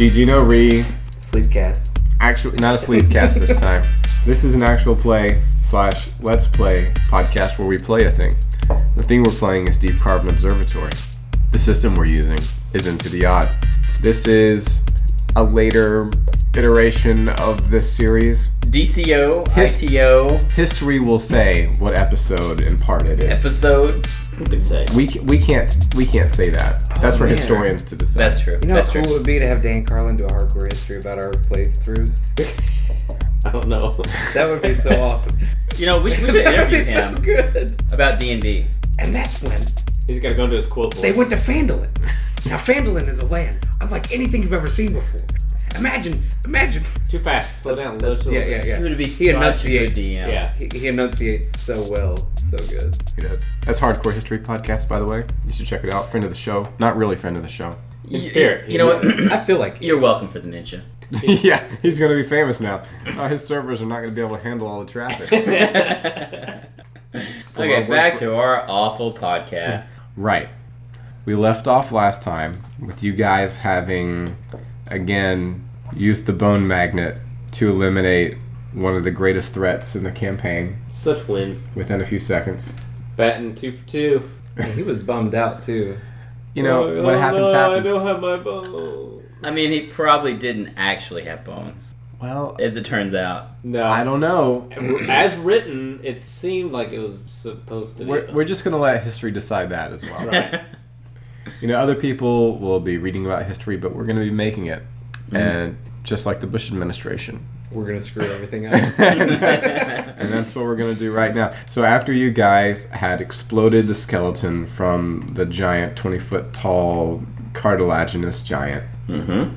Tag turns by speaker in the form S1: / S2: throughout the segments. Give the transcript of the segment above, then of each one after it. S1: Gigino Re.
S2: Sleep cast.
S1: Actually,
S3: Not a sleep cast this time.
S1: this is an actual play slash let's play podcast where we play a thing. The thing we're playing is Deep Carbon Observatory. The system we're using is Into the Odd. This is a later iteration of this series.
S2: DCO,
S1: His-
S2: ITO,
S1: History will say what episode and part it is.
S2: episode.
S4: Who could say?
S1: We, ca- we can't we can't say that. That's for
S2: man.
S1: historians to decide.
S4: That's true.
S3: You know
S4: That's
S3: how cool
S4: true.
S3: it would be to have Dan Carlin do a hardcore history about our playthroughs?
S4: I don't know.
S3: That would be so awesome.
S4: You know, we should, we should
S3: that would
S4: interview
S3: be so
S4: him
S3: good.
S4: about D and D.
S3: And that's when
S4: He's got to go into his quilt.
S3: they went to Fandolin. Now Fandolin is a land unlike anything you've ever seen before. Imagine, imagine.
S5: Too fast. Slow down. Slow, slow.
S3: Yeah, yeah,
S4: He
S3: yeah.
S4: would be
S3: He
S4: such a good
S3: enunciates.
S4: DM.
S5: Yeah.
S3: He, he enunciates so well, so good.
S1: He does. That's Hardcore History Podcast, by the way. You should check it out. Friend of the show. Not really friend of the show.
S4: You,
S5: spirit.
S4: you know what?
S3: I feel like
S4: You're welcome for the ninja.
S1: yeah, he's going to be famous now. Uh, his servers are not going to be able to handle all the traffic.
S4: okay, back to our awful podcast.
S1: right. We left off last time with you guys having, again, used the bone magnet to eliminate one of the greatest threats in the campaign
S5: Such win.
S1: within a few seconds.
S5: Batting two for two.
S3: And he was bummed out too.
S1: You know,
S5: Oh,
S1: what
S5: oh,
S1: happens,
S5: no, I
S1: happens.
S5: don't have my bone.
S4: I mean, he probably didn't actually have bones,
S1: Well, uh,
S4: as it turns out.
S5: No.
S1: I don't know.
S5: As written, it seemed like it was supposed to be.
S1: We're, we're just going to let history decide that as well.
S5: Right.
S1: You know, other people will be reading about history, but we're going to be making it.
S5: Mm-hmm.
S1: And just like the Bush administration.
S3: We're gonna screw everything up.
S1: and that's what we're going to do right now. So, after you guys had exploded the skeleton from the giant 20 foot tall cartilaginous giant,
S4: Mm-hmm.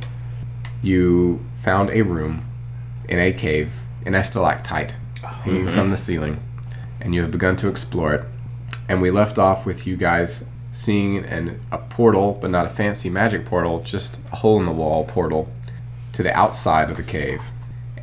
S1: you found a room in a cave in a stalactite hanging from the ceiling, and you have begun to explore it. And we left off with you guys seeing an, a portal, but not a fancy magic portal, just a hole in the wall portal to the outside of the cave.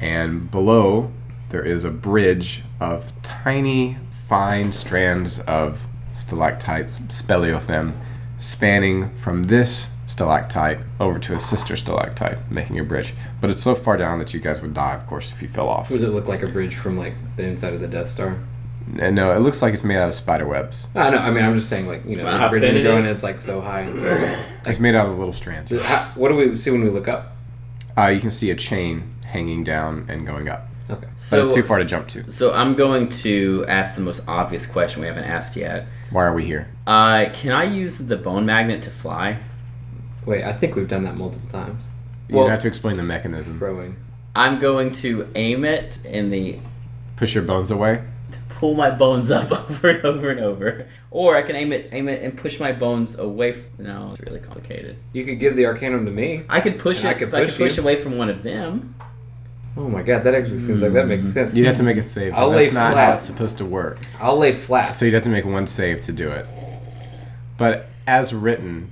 S1: And below, there is a bridge of tiny, fine strands of stalactites, speleothem, spanning from this stalactite over to a sister stalactite, making a bridge. But it's so far down that you guys would die, of course, if you fell off.
S3: Does it look like a bridge from like the inside of the Death Star?
S1: And no, it looks like it's made out of spider webs.
S3: I know. I mean, I'm just saying, like you know,
S5: How
S3: the bridges
S5: thin
S3: are
S5: it
S3: going,
S5: is?
S3: and it's like so high. And so
S1: It's made out of little strands.
S3: Just- how- what do we see when we look up?
S1: Uh, you can see a chain hanging down and going up.
S3: Okay.
S1: But it's too far to jump to.
S4: So I'm going to ask the most obvious question we haven't asked yet.
S1: Why are we here?
S4: Uh, can I use the bone magnet to fly?
S3: Wait, I think we've done that multiple times.
S1: You
S3: Well-
S1: have to explain the mechanism.
S3: Throwing.
S4: I'm going to aim it in the
S1: Push your bones away.
S4: pull my bones up over and over and over, or I can aim it, aim it, and push my bones away. From, no, it's really complicated.
S3: You could give the Arcanum to me.
S4: I could push
S3: And
S4: it.
S3: I
S4: I
S3: could
S4: could push, I
S3: push
S4: could push
S3: you.
S4: away from one of them.
S3: Oh my god, that actually seems like that makes sense.
S1: You'd have to make a save. 'cause
S3: I'll
S1: that's
S3: lay
S1: not how
S3: flat.
S1: it's supposed to work.
S3: I'll lay flat.
S1: So you'd have to make one save to do it. But as written,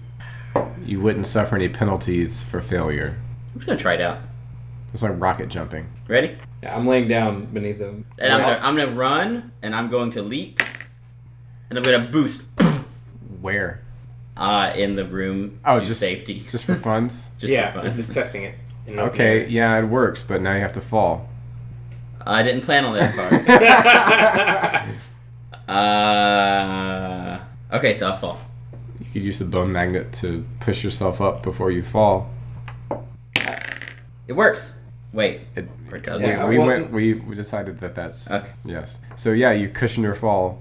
S1: you wouldn't suffer any penalties for failure.
S4: I'm just gonna try it out.
S1: It's like rocket jumping.
S4: Ready?
S3: Yeah, I'm laying down beneath them.
S4: And I'm gonna, I'm gonna run, and I'm going to leap, and I'm gonna boost
S1: Where?
S4: uh, in the room
S1: Oh,
S4: to
S1: just
S4: safety.
S1: Just for funds.
S4: Just
S5: yeah,
S4: for fun.
S5: just testing it. In an open
S1: Okay,
S5: area.
S1: yeah, it works, but now you have to fall.
S4: I didn't plan on that part. Uh, okay, so I'll fall.
S1: You could use the bone magnet to push yourself up before you fall.
S4: It works. Wait,
S1: It,
S4: or it doesn't.
S3: Yeah,
S1: we, we
S3: Uh, well-
S1: went. We we decided that that's
S4: Okay.
S1: yes. So yeah, you cushion your fall.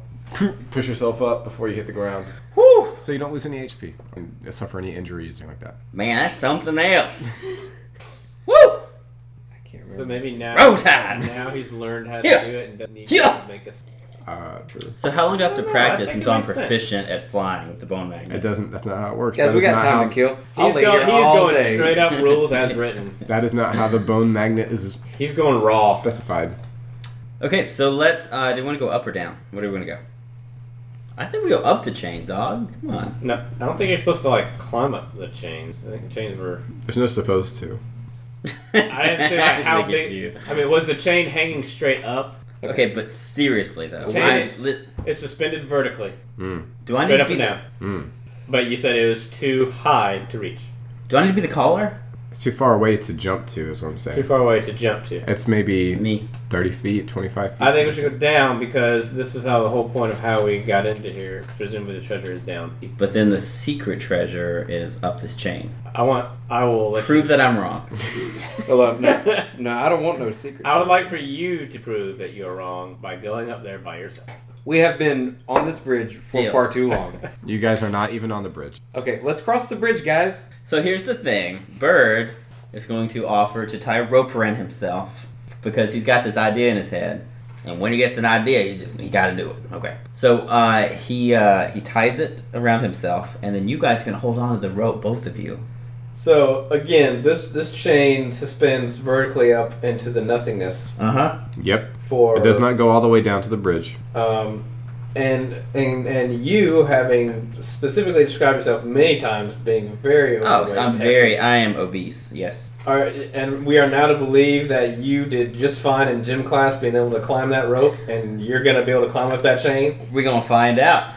S1: Push yourself up before you hit the ground,
S4: Whew!
S1: so you don't lose any HP and suffer any injuries or anything like that.
S4: Man, that's something else. Woo!
S3: I can't remember.
S5: So maybe now.
S4: Roll Tide!
S5: Now he's learned how to
S4: Yeah.
S5: do it and doesn't need
S4: Yeah.
S5: to make us.
S1: Uh, true.
S4: So how long do I have to
S5: I don't know, I
S4: practice
S5: think it
S4: until I'm
S5: makes sense.
S4: proficient at flying with the bone
S1: It
S4: magnet?
S1: doesn't. That's not how it works.
S3: Guys,
S1: That
S3: we
S1: is
S3: got
S1: not
S3: time
S1: how-
S3: to kill. I'll
S5: He's,
S3: lay
S5: go,
S3: here
S5: he's
S3: all
S5: going
S3: day.
S5: straight up rules as written.
S1: That is not how the bone magnet is
S5: He's going raw.
S1: specified.
S4: Okay, so let's. Uh, do you want to go up or down? Where do we want to go? I think we go up the chain, dog. Come on.
S5: No, I don't think you're supposed to like climb up the chains. I think the chains were.
S1: There's no supposed to.
S5: I didn't say like how
S4: think it's
S5: big.
S4: you.
S5: I mean, was the chain hanging straight up?
S4: Okay, but seriously though,
S5: Chain-
S4: I, li-
S5: It's suspended vertically,
S1: Hmm.
S4: do I need
S5: straight
S4: to
S5: up
S4: be
S5: and
S4: the,
S5: down.
S1: Mm.
S5: But you said it was too high to reach.
S4: do I need to be the caller?
S1: It's too far away to jump to, is what I'm
S5: Too
S1: saying.
S5: far away to jump to.
S1: It's maybe
S4: Me.
S1: 30 feet, 25 feet.
S5: I think we should go down because this was how the whole point of how we got into here. Presumably the treasure is down.
S4: But then the secret treasure is up this chain.
S5: I want. I will let
S4: Prove
S5: you-
S4: that I'm wrong.
S6: Hello, no, no, I don't want no secret.
S5: I would like for you to prove that you are wrong by going up there by yourself.
S6: We have been on this bridge for
S4: Deal.
S6: far too long.
S1: You guys are not even on the bridge.
S6: Okay, let's cross the bridge, guys.
S4: So here's the thing Bird is going to offer to tie a rope around himself because he's got this idea in his head. And when he gets an idea, you just you gotta do it. Okay. So uh, he uh, he ties it around himself, and then you guys can hold on to the rope, both of you.
S5: So again, this this chain suspends vertically up into the nothingness
S4: Uh huh.
S1: Yep.
S5: for
S1: It does not go all the way down to the bridge.
S5: um, and and and you having specifically described yourself many times being very
S4: Oh,
S5: overweight.
S4: so I'm very I am obese. Yes.
S5: Are, and we are now to believe that you did just fine in gym class, being able to climb that rope, and you're gonna be able to climb up that chain.
S4: We're gonna find out.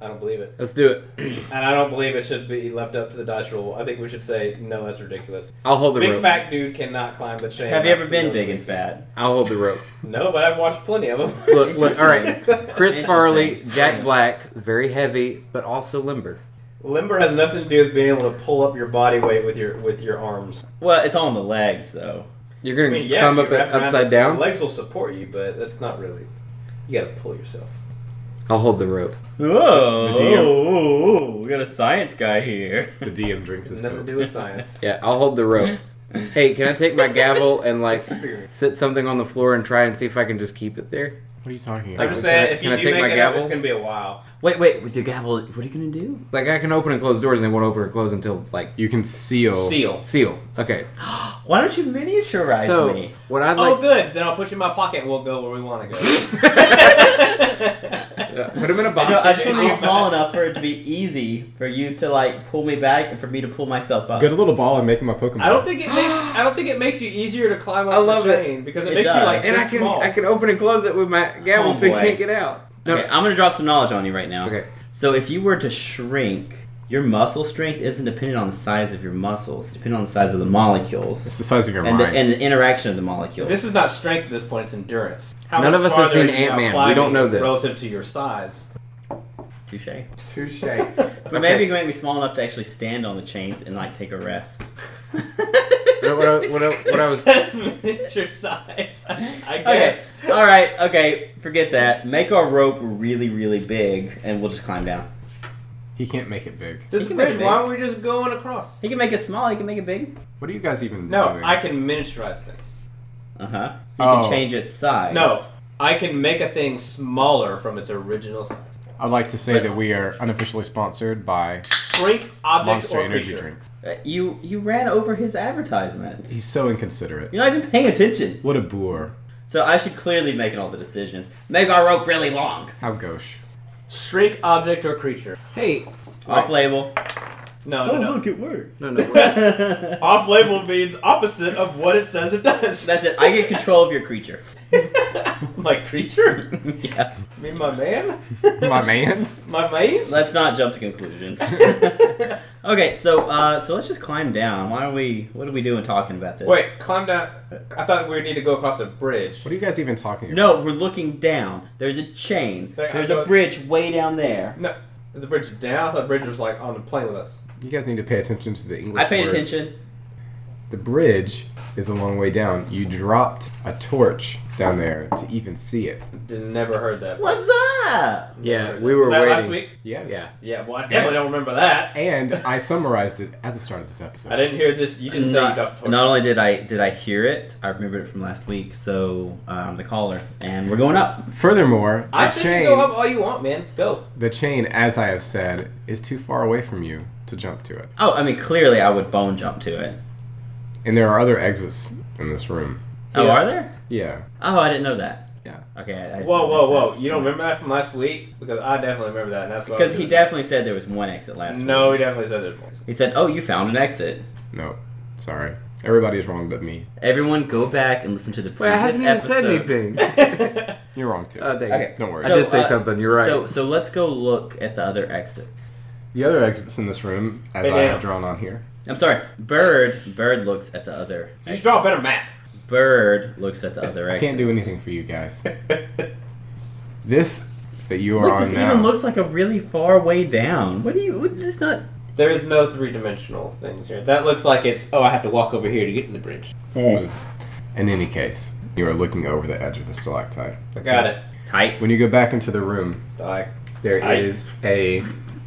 S5: I don't believe it,
S6: Let's do it.
S5: and I don't believe it should be left up to the dice roll. I think we should say no, that's ridiculous.
S6: I'll hold the
S5: Big
S6: rope.
S5: fat dude cannot climb the chain.
S4: Have you ever been
S5: No.
S4: big and fat?
S6: I'll hold the rope.
S5: No, but I've watched plenty of them.
S6: Look, look, all right. Chris
S4: Interesting.
S6: Farley, Jack Black, very heavy, but also limber.
S5: Limber has nothing to do with being able to pull up your body weight with your with your arms.
S4: Well, it's on the legs though.
S6: You're
S5: I
S6: gonna
S5: mean, yeah,
S6: come
S5: you
S6: up
S5: wrap
S6: it
S5: it around-
S6: upside
S5: your
S6: down.
S5: Legs will support you, but that's not really. You got to pull yourself.
S6: I'll hold the rope.
S4: Whoa!
S1: The DM.
S4: whoa, whoa, we got a science guy here.
S1: The DM drinks his
S5: Nothing to
S1: Coke.
S5: do with science.
S6: Yeah, I'll hold the rope. hey, can I take my gavel and like
S5: Experience.
S6: sit something on the floor and try and see if I can just keep it there?
S1: What are you talking
S6: Like-
S5: I'm
S1: about?
S5: just
S6: Can I-
S5: saying, if
S6: can
S5: you
S6: I
S5: do
S6: take
S5: make
S6: my
S5: it
S6: gavel?
S5: up, it's gonna be a while.
S4: Wait, wait, with your gavel, what are you gonna do?
S6: Like I can open and close doors and they won't open or close until like
S1: You can seal.
S5: Seal.
S6: seal. Okay.
S4: Why don't you miniaturize
S6: so
S4: me?
S6: what I'd
S5: oh,
S6: like
S5: good. Then I'll put you in my pocket. and We'll go where we want to go.
S6: put him in a box.
S4: No, I just want to be small enough for it to be easy for you to like pull me back and for me to pull myself up.
S1: Get a little ball and make him a Pokemon.
S5: I don't think it makes. I don't think it makes you easier to climb up
S6: I love
S5: the
S6: it.
S5: chain because it,
S4: It
S5: makes
S4: does.
S5: you like
S6: and
S5: this
S6: I can
S5: small.
S6: I can open and close it with my gavel so you
S4: Homeboy.
S6: can't get out. No.
S4: Okay, I'm gonna drop some knowledge on you right now.
S6: Okay.
S4: So if you were to shrink, your muscle strength isn't dependent on the size of your muscles; it's dependent on the size of the molecules
S1: It's the size of your
S4: and the,
S1: mind.
S4: and the interaction of the molecules.
S5: This is not strength at this point; it's endurance. How
S6: None
S5: much
S6: of us have
S5: farther
S6: seen
S5: you are
S6: Ant-Man. We don't
S5: climbing
S6: know this.
S5: relative to your size.
S4: Touche.
S1: Touche.
S4: But maybe you can make me small enough to actually stand on the chains and like take a rest.
S6: What, what, I- what, I- what I was
S5: says miniature size. I
S4: Okay.
S5: guess.
S4: All right. Okay. Forget that. Make our rope really, really big, and we'll just climb down.
S1: He can't make it big.
S5: This
S4: You can
S5: bridge.
S4: make it
S5: Why
S4: big.
S5: aren't we just going across?
S4: He can make it small. He can make it big.
S1: What are you guys even
S5: No,
S1: doing?
S5: I can miniaturize things.
S4: Uh huh. So you
S1: Oh.
S4: can change its size.
S5: No, I can make a thing smaller from its original size.
S1: I'd like to say that we are unofficially sponsored by
S5: Shrink objects
S1: Monster
S5: or
S1: Energy
S5: creature.
S1: Drinks.
S4: Uh, You you ran over his advertisement.
S1: He's so inconsiderate.
S4: You're not even paying attention.
S1: What a boor.
S4: So I should clearly be making all the decisions. Make our rope really long.
S1: How gauche.
S5: Shrink object or creature.
S6: Hey.
S4: Off label.
S5: No, Oh, no, no.
S4: Oh, it worked.
S6: No, no.
S4: That's
S5: Off label means opposite of what it says it does.
S4: it. I get control of your creature.
S5: my creature?
S4: yeah.
S5: Me, my man?
S1: My man.
S5: my mates?
S4: Let's not jump to conclusions. okay. So uh, so let's just climb down. Why don't we? What are we doing talking about this?
S5: Wait, climb down. I thought we need to go across a bridge.
S1: What are you guys even talking about?
S4: No, we're looking down. There's a chain.
S5: There-
S4: There's
S5: I
S4: a
S5: thought-
S4: bridge way down there.
S5: No, is the bridge down? I thought the bridge was like on the plane with us.
S1: You guys need to pay attention to the English.
S4: I paid
S1: words.
S4: attention.
S1: The bridge is a long way down. You dropped a torch down there to even see it.
S5: Did, never heard that.
S4: What's up?
S6: Yeah, we were
S5: was that last
S6: waiting.
S5: week?
S1: Yes.
S6: Yeah.
S5: Yeah, well, I definitely don't remember that.
S1: And I summarized it at the start of this episode.
S5: I didn't hear this. You didn't say you dropped a
S4: Not,
S5: torch.
S4: not only did I did I hear it, I remembered it from last week. So um, the caller, and we're going up.
S1: Furthermore,
S5: I
S1: the
S5: said
S1: chain,
S5: you go up all you want, man. Go.
S1: the chain, as I have said, is too far away from you to jump to it.
S4: Oh, I mean, clearly I would bone jump to it.
S1: And there are other exits in this room.
S4: Oh,
S5: Yeah.
S4: are there?
S1: Yeah.
S4: Oh, I didn't know that.
S1: Yeah.
S4: Okay. I, I
S5: Whoa,
S4: missed
S5: whoa, whoa!
S4: that.
S5: You don't remember that from last week? Because I definitely remember that, and that's why. I
S4: Because
S5: was
S4: he
S5: doing
S4: definitely said there was one exit last
S5: it. No,
S4: week.
S5: he definitely said it. once.
S4: He said, "Oh, you found an exit."
S1: No. Sorry. Everybody's wrong but me.
S4: Everyone, go back and listen to the
S6: Wait,
S4: previous
S6: I haven't even
S4: episode.
S6: said anything.
S1: You're wrong too.
S6: Oh,
S5: Uh,
S6: dang
S4: Okay.
S1: Don't worry.
S6: I did say
S4: uh,
S6: something. You're right.
S4: So, so let's go look at the other exits.
S1: the other exits in this room, as
S5: Hey,
S1: I have
S5: Dan.
S1: drawn on here,
S4: I'm sorry. Bird. Bird looks at the other.
S5: You should draw a better map.
S4: Bird looks at the other.
S1: I can't do
S4: exits.
S1: anything for you guys. this that you are
S4: Look,
S1: on
S4: this
S1: now.
S4: even looks like a really far way down. What do you? what- It's not.
S7: There is no three dimensional things here.
S5: That looks like it's, oh, I have to walk over here to get to the bridge.
S1: in any case, you are looking over the edge of the stalactite.
S7: I got it.
S4: Tight.
S1: When you go back into the room,
S7: It's like,
S1: there
S5: Tight.
S1: is a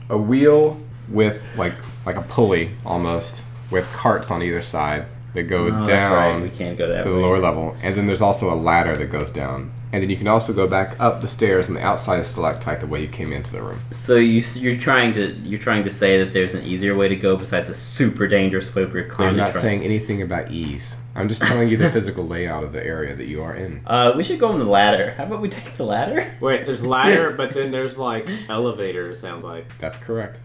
S1: a wheel with like like a pulley almost with carts on either side that go
S4: No, Oh, That's right.
S1: down
S4: We can't go that
S1: to the
S4: way.
S1: lower level, and then there's also a ladder that goes down, and then you can also go back up the stairs on the outside of the stalactite the way you came into the room.
S4: So you s- you're trying to you're trying to say that there's an easier way to go besides a super dangerous way we're
S1: I'm
S4: clearly
S1: not
S4: trying.
S1: saying anything about ease. I'm just telling you the physical layout of the area that you are in.
S4: Uh, we should go on the ladder. How about we take the ladder?
S5: Wait, there's ladder, but then there's like elevator, sounds like.
S1: That's correct.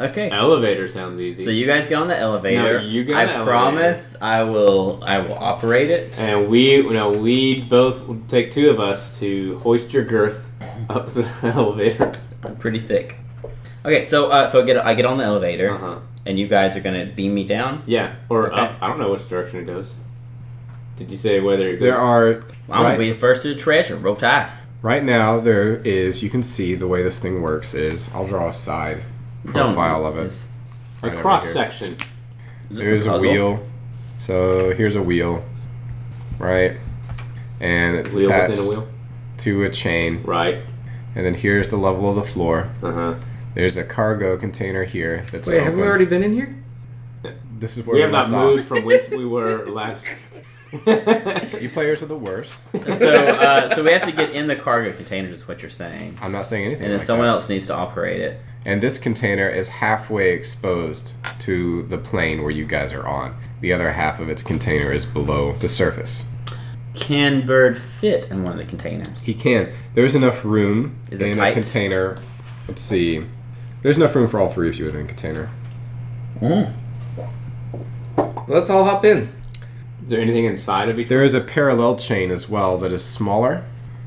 S4: Okay.
S5: Elevator sounds easy.
S4: So you guys get on the elevator.
S5: No, you go
S4: I
S5: on the elevator.
S4: promise I will I will operate it.
S5: and we, no, we both will take two of us to hoist your girth up the elevator.
S1: Uh-huh.
S4: I'm pretty thick. Okay, so uh, so I get I get on the elevator
S1: Uh-huh.
S5: Uh huh.
S4: and you guys are gonna beam me down.
S5: Yeah, or
S4: Okay.
S5: up. I don't know which direction it goes. Did you say whether it goes?
S1: There are right,
S4: I'm gonna be the first to the treasure. Rope tie.
S1: right now there is you can see the way this thing works is I'll draw a side profile of it.
S4: Just,
S5: a
S1: right over
S5: cross
S1: here.
S5: section.
S4: just
S1: There's a
S4: puzzle.
S1: wheel. So here's a wheel, right? And it's
S5: Wheel
S1: attached
S5: within a wheel.
S1: to a chain.
S5: Right.
S1: And then here's the level of the floor.
S5: Uh huh.
S1: There's a cargo container here. That's
S6: Wait, have
S1: open.
S6: we already been in here?
S1: This is where
S5: We have not
S1: left off.
S5: moved from which we were last.
S1: You players are the worst.
S4: So uh, so we have to get in the cargo container is what you're saying.
S1: I'm not saying anything.
S4: And then
S1: like
S4: someone
S1: that.
S4: else needs to operate it.
S1: And this container is halfway exposed to the plane where you guys are on. The other half of its container is below the surface.
S4: Can bird fit in one of the containers?
S1: He can. There's enough room
S4: Is it
S1: in a
S4: tight?
S1: container. Let's see. There's enough room for all three of you within a container.
S4: Mm.
S6: Let's all hop in.
S5: Is there anything inside of each?
S1: There is a parallel chain as well that is smaller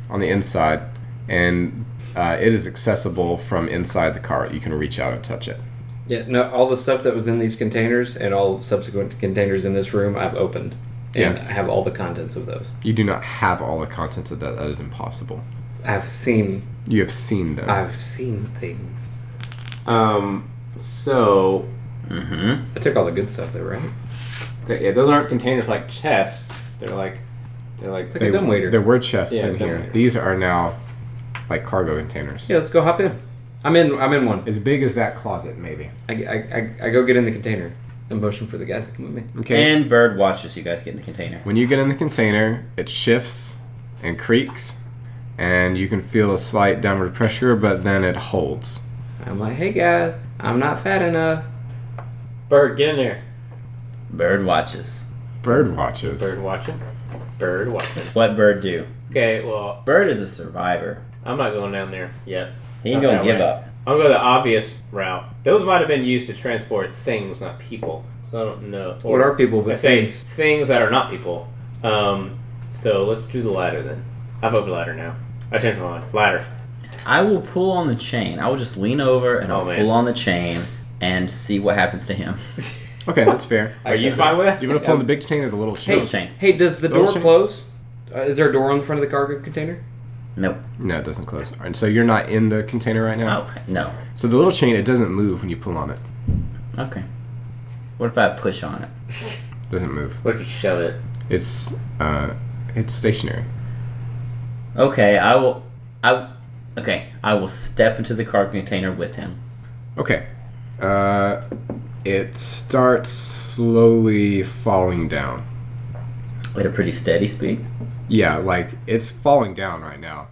S1: on the inside, and uh, it is accessible from inside the cart. You can reach out and touch it.
S6: Yeah, no, all the stuff that was in these containers and all subsequent containers in this room I've opened. And
S1: Yeah.
S6: I have all the contents of those.
S1: You do not have all the contents of that. That is impossible.
S8: I've seen.
S1: You have seen them.
S8: I've seen things.
S5: Um. So
S4: Mm-hmm.
S6: I took all the good stuff though, right?
S5: th- yeah, those aren't containers like chests. They're like, they're like.
S6: It's like a dumbwaiter.
S1: There were chests
S5: Yeah,
S1: in here.
S5: dumbwaiter.
S1: These are now like cargo containers.
S6: Yeah, let's go hop in. I'm in. I'm in one.
S1: As big as that closet, maybe.
S6: I, I, I, I go get in the container and motion for the guys to come with me.
S1: Okay.
S4: And bird watches you guys get in the container.
S1: When you get in the container, it shifts and creaks, and you can feel a slight downward pressure, but then it holds.
S6: I'm like, hey guys, I'm not fat enough.
S7: Bird, get in there.
S4: Bird watches.
S1: Bird watches.
S5: Bird watching. Bird watching.
S4: That's what bird do.
S5: Okay. Well,
S4: Bird is a survivor.
S5: I'm not going down there yet.
S4: He ain't
S5: Not
S4: gonna
S5: that
S4: give
S5: way.
S4: up.
S5: I'll go the obvious route. Those might have been used to transport things, not people. So I don't know.
S6: What are people
S5: I
S6: but
S5: say
S6: things?
S5: things that are not people. Um, so let's do the ladder then. I vote the ladder now. I changed my mind. Ladder.
S4: I will pull on the chain. I will just lean over and
S5: Oh,
S4: I'll
S5: man.
S4: pull on the chain and see what happens to him.
S1: Okay, that's fair.
S5: Are you fine with that?
S1: Do you want to pull on the big chain or the little chain?
S4: Little chain.
S6: Hey, does the
S1: Little
S6: door
S1: chain.
S6: close? Uh, is there a door in front of the cargo container?
S4: Nope.
S1: No, it doesn't close. And so you're not in the container right now.
S4: Oh no.
S1: So the little chain, it doesn't move when you pull on it.
S4: Okay. What if I push on it?
S1: Doesn't move.
S5: What if you shove it?
S1: It's uh, it's stationary.
S4: Okay, I will. I. Okay, I will step into the cargo container with him.
S1: Okay. Uh, it starts slowly falling down.
S4: At a pretty steady speed.
S1: Yeah, like it's falling down right now,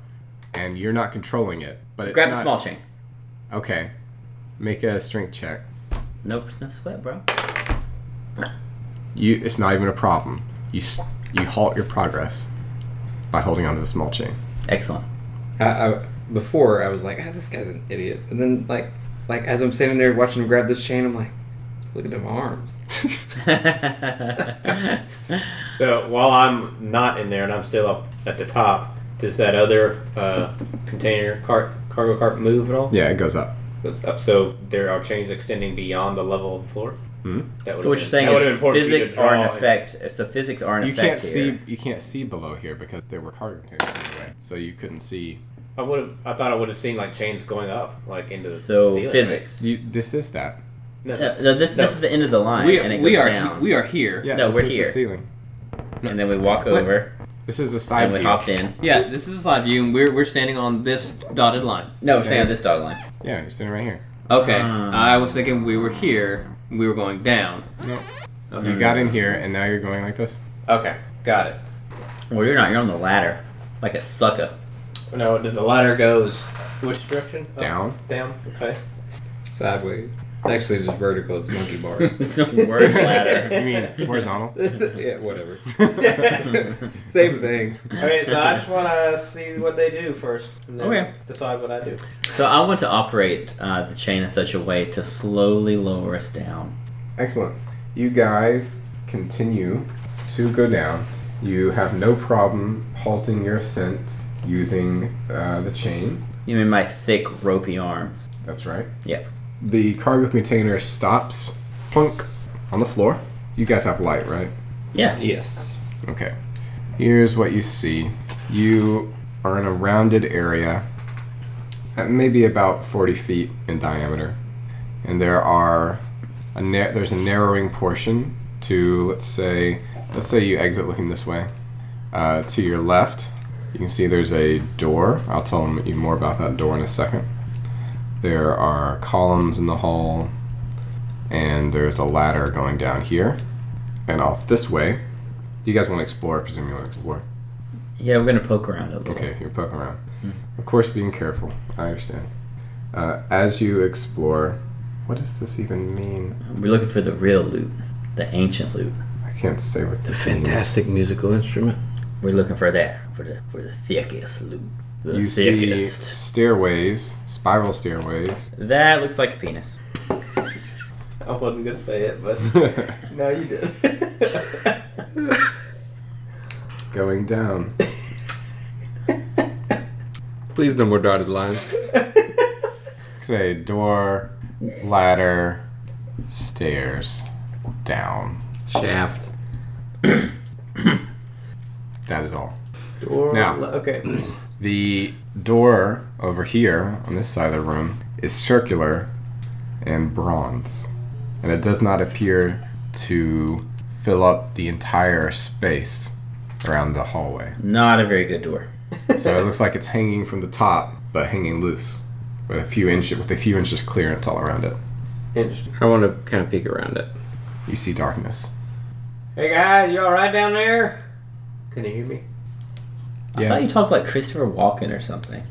S1: and you're not controlling it. But it's
S4: Grab the
S1: not-
S4: small chain.
S1: Okay. Make a strength check.
S4: Nope, it's no sweat, bro.
S1: You. It's not even a problem. You s- you halt your progress by holding onto the small chain.
S4: Excellent.
S6: I, I, before I was like, ah, this guy's an idiot, and then like, like as I'm standing there watching him grab this chain, I'm like, look at them arms.
S5: So while I'm not in there and I'm still up at the top, does that other uh, container cart cargo cart move at all?
S1: Yeah, it goes up.
S5: Goes up. So there are chains extending beyond the level of the floor.
S1: Hmm?
S9: That
S4: So what you're saying
S9: that would've
S4: is
S9: important for you to
S4: physics are an
S9: draw and-
S4: effect. So physics are an
S1: You
S4: effect
S1: can't
S4: here.
S1: see. You can't see below here because there were cargo containers in the way, so you couldn't see.
S9: I would have. I thought I would have seen like chains going up, like into the
S4: so
S9: ceiling.
S4: physics.
S1: You, this is that.
S9: No,
S4: No, no, this
S9: No.
S4: this is the end of the line,
S6: we,
S4: and it
S6: we
S4: goes
S6: are
S4: down.
S6: we are here.
S1: Yeah,
S4: No,
S1: this
S4: we're
S1: is
S4: here.
S1: the ceiling.
S4: and then we walk over,
S1: This is the side
S4: and we
S1: view.
S4: hopped in.
S6: Yeah, this is a slide view, and we're, we're standing on this dotted line.
S4: No, we're
S1: Same.
S4: staying on this dotted line.
S1: Yeah, you're sitting right here.
S6: Okay,
S4: Ah.
S6: I was thinking we were here, and we were going down.
S1: No,
S4: Oh,
S6: Okay.
S1: you got in here, and now you're going like this.
S9: Okay, got it.
S4: Well, you're not. You're on the ladder, like a sucker.
S9: No, the ladder goes which direction?
S5: Oh,
S4: Oh.
S9: Up,
S1: Down.
S9: down. Okay.
S6: sideways. It's actually just vertical. It's monkey bars.
S4: It's the worst ladder.
S1: you mean horizontal?
S6: yeah, whatever.
S1: okay.
S6: Same thing.
S5: Okay, so I just want to see what they do first, and then
S6: Okay.
S5: decide what I do.
S4: So I want to operate uh, the chain in such a way to slowly lower us down.
S1: Excellent. You guys continue to go down. You have no problem halting your ascent using uh, the chain.
S4: You mean my thick, ropey arms?
S1: That's right.
S4: Yeah.
S1: The cargo container stops, plunk, on the floor. You guys have light, right?
S4: Yeah.
S6: Yes.
S1: Okay. Here's what you see. You are in a rounded area, at maybe about 40 feet in diameter, and there are a na- there's a narrowing portion to let's say let's say you exit looking this way. Uh, to your left, you can see there's a door. I'll tell you more about that door in a second. There are columns in the hall, and there's a ladder going down here. And off this way, do you guys want to explore? I presume you want to explore.
S4: Yeah, we're gonna poke around a little.
S1: Okay, if you're poking around.
S10: Hmm.
S1: Of course, being careful. I understand. Uh, as you explore, what does this even mean?
S4: We're looking for the real loot, the ancient loot,
S1: I can't say what
S10: The
S1: this
S10: fantastic musical instrument.
S4: We're looking for that, for the for the thickest loot, the
S1: means. You see
S4: thickest.
S1: stairways, spiral stairways.
S4: That looks like a penis.
S5: I wasn't gonna say it, but no, you did.
S1: going down.
S6: Please, no more dotted lines.
S1: Say door, ladder, stairs, down.
S6: Shaft.
S1: That is all.
S5: Door.
S1: Now.
S5: Okay.
S1: The door over here on this side of the room is circular and bronze, and it does not appear to fill up the entire space around the hallway.
S4: Not a very good door.
S1: So it looks like it's hanging from the top, but hanging loose, with a few inches with a few inches clearance all around it.
S5: Interesting.
S6: I want to kind of peek around it.
S1: You see darkness.
S5: Hey guys, you all right down there? Can you hear me?
S4: I
S1: Yeah.
S4: thought you talked like Christopher Walken or something.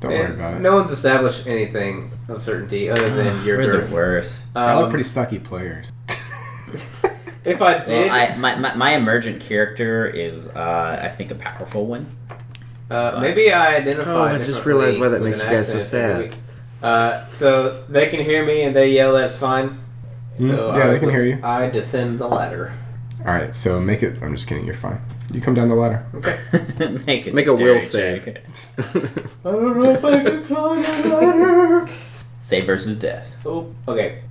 S1: Don't worry about it.
S5: No one's established anything of certainty other than your
S4: We're
S5: birth.
S4: the worst.
S1: I look
S5: Um,
S1: pretty sucky players.
S5: if I
S4: Well,
S5: did,
S4: I, my, my, my emergent character is, uh, I think, a powerful one.
S5: Uh, maybe I identify.
S10: Oh, I just realized why that
S5: differently
S10: makes
S5: with
S10: you
S5: an
S10: guys so
S5: accent. Uh, so they can hear me and they yell. That's fine.
S10: Hmm?
S1: Mm,
S5: So
S1: yeah,
S5: I,
S1: they can hear you.
S5: I descend the ladder.
S1: All right, so make it. I'm just kidding. You're fine. You come down the ladder.
S4: Make it
S6: Make a will
S4: dexterity
S6: save.
S4: check.
S5: I don't know if I can climb the ladder.
S4: Save versus death.
S5: Oh, okay.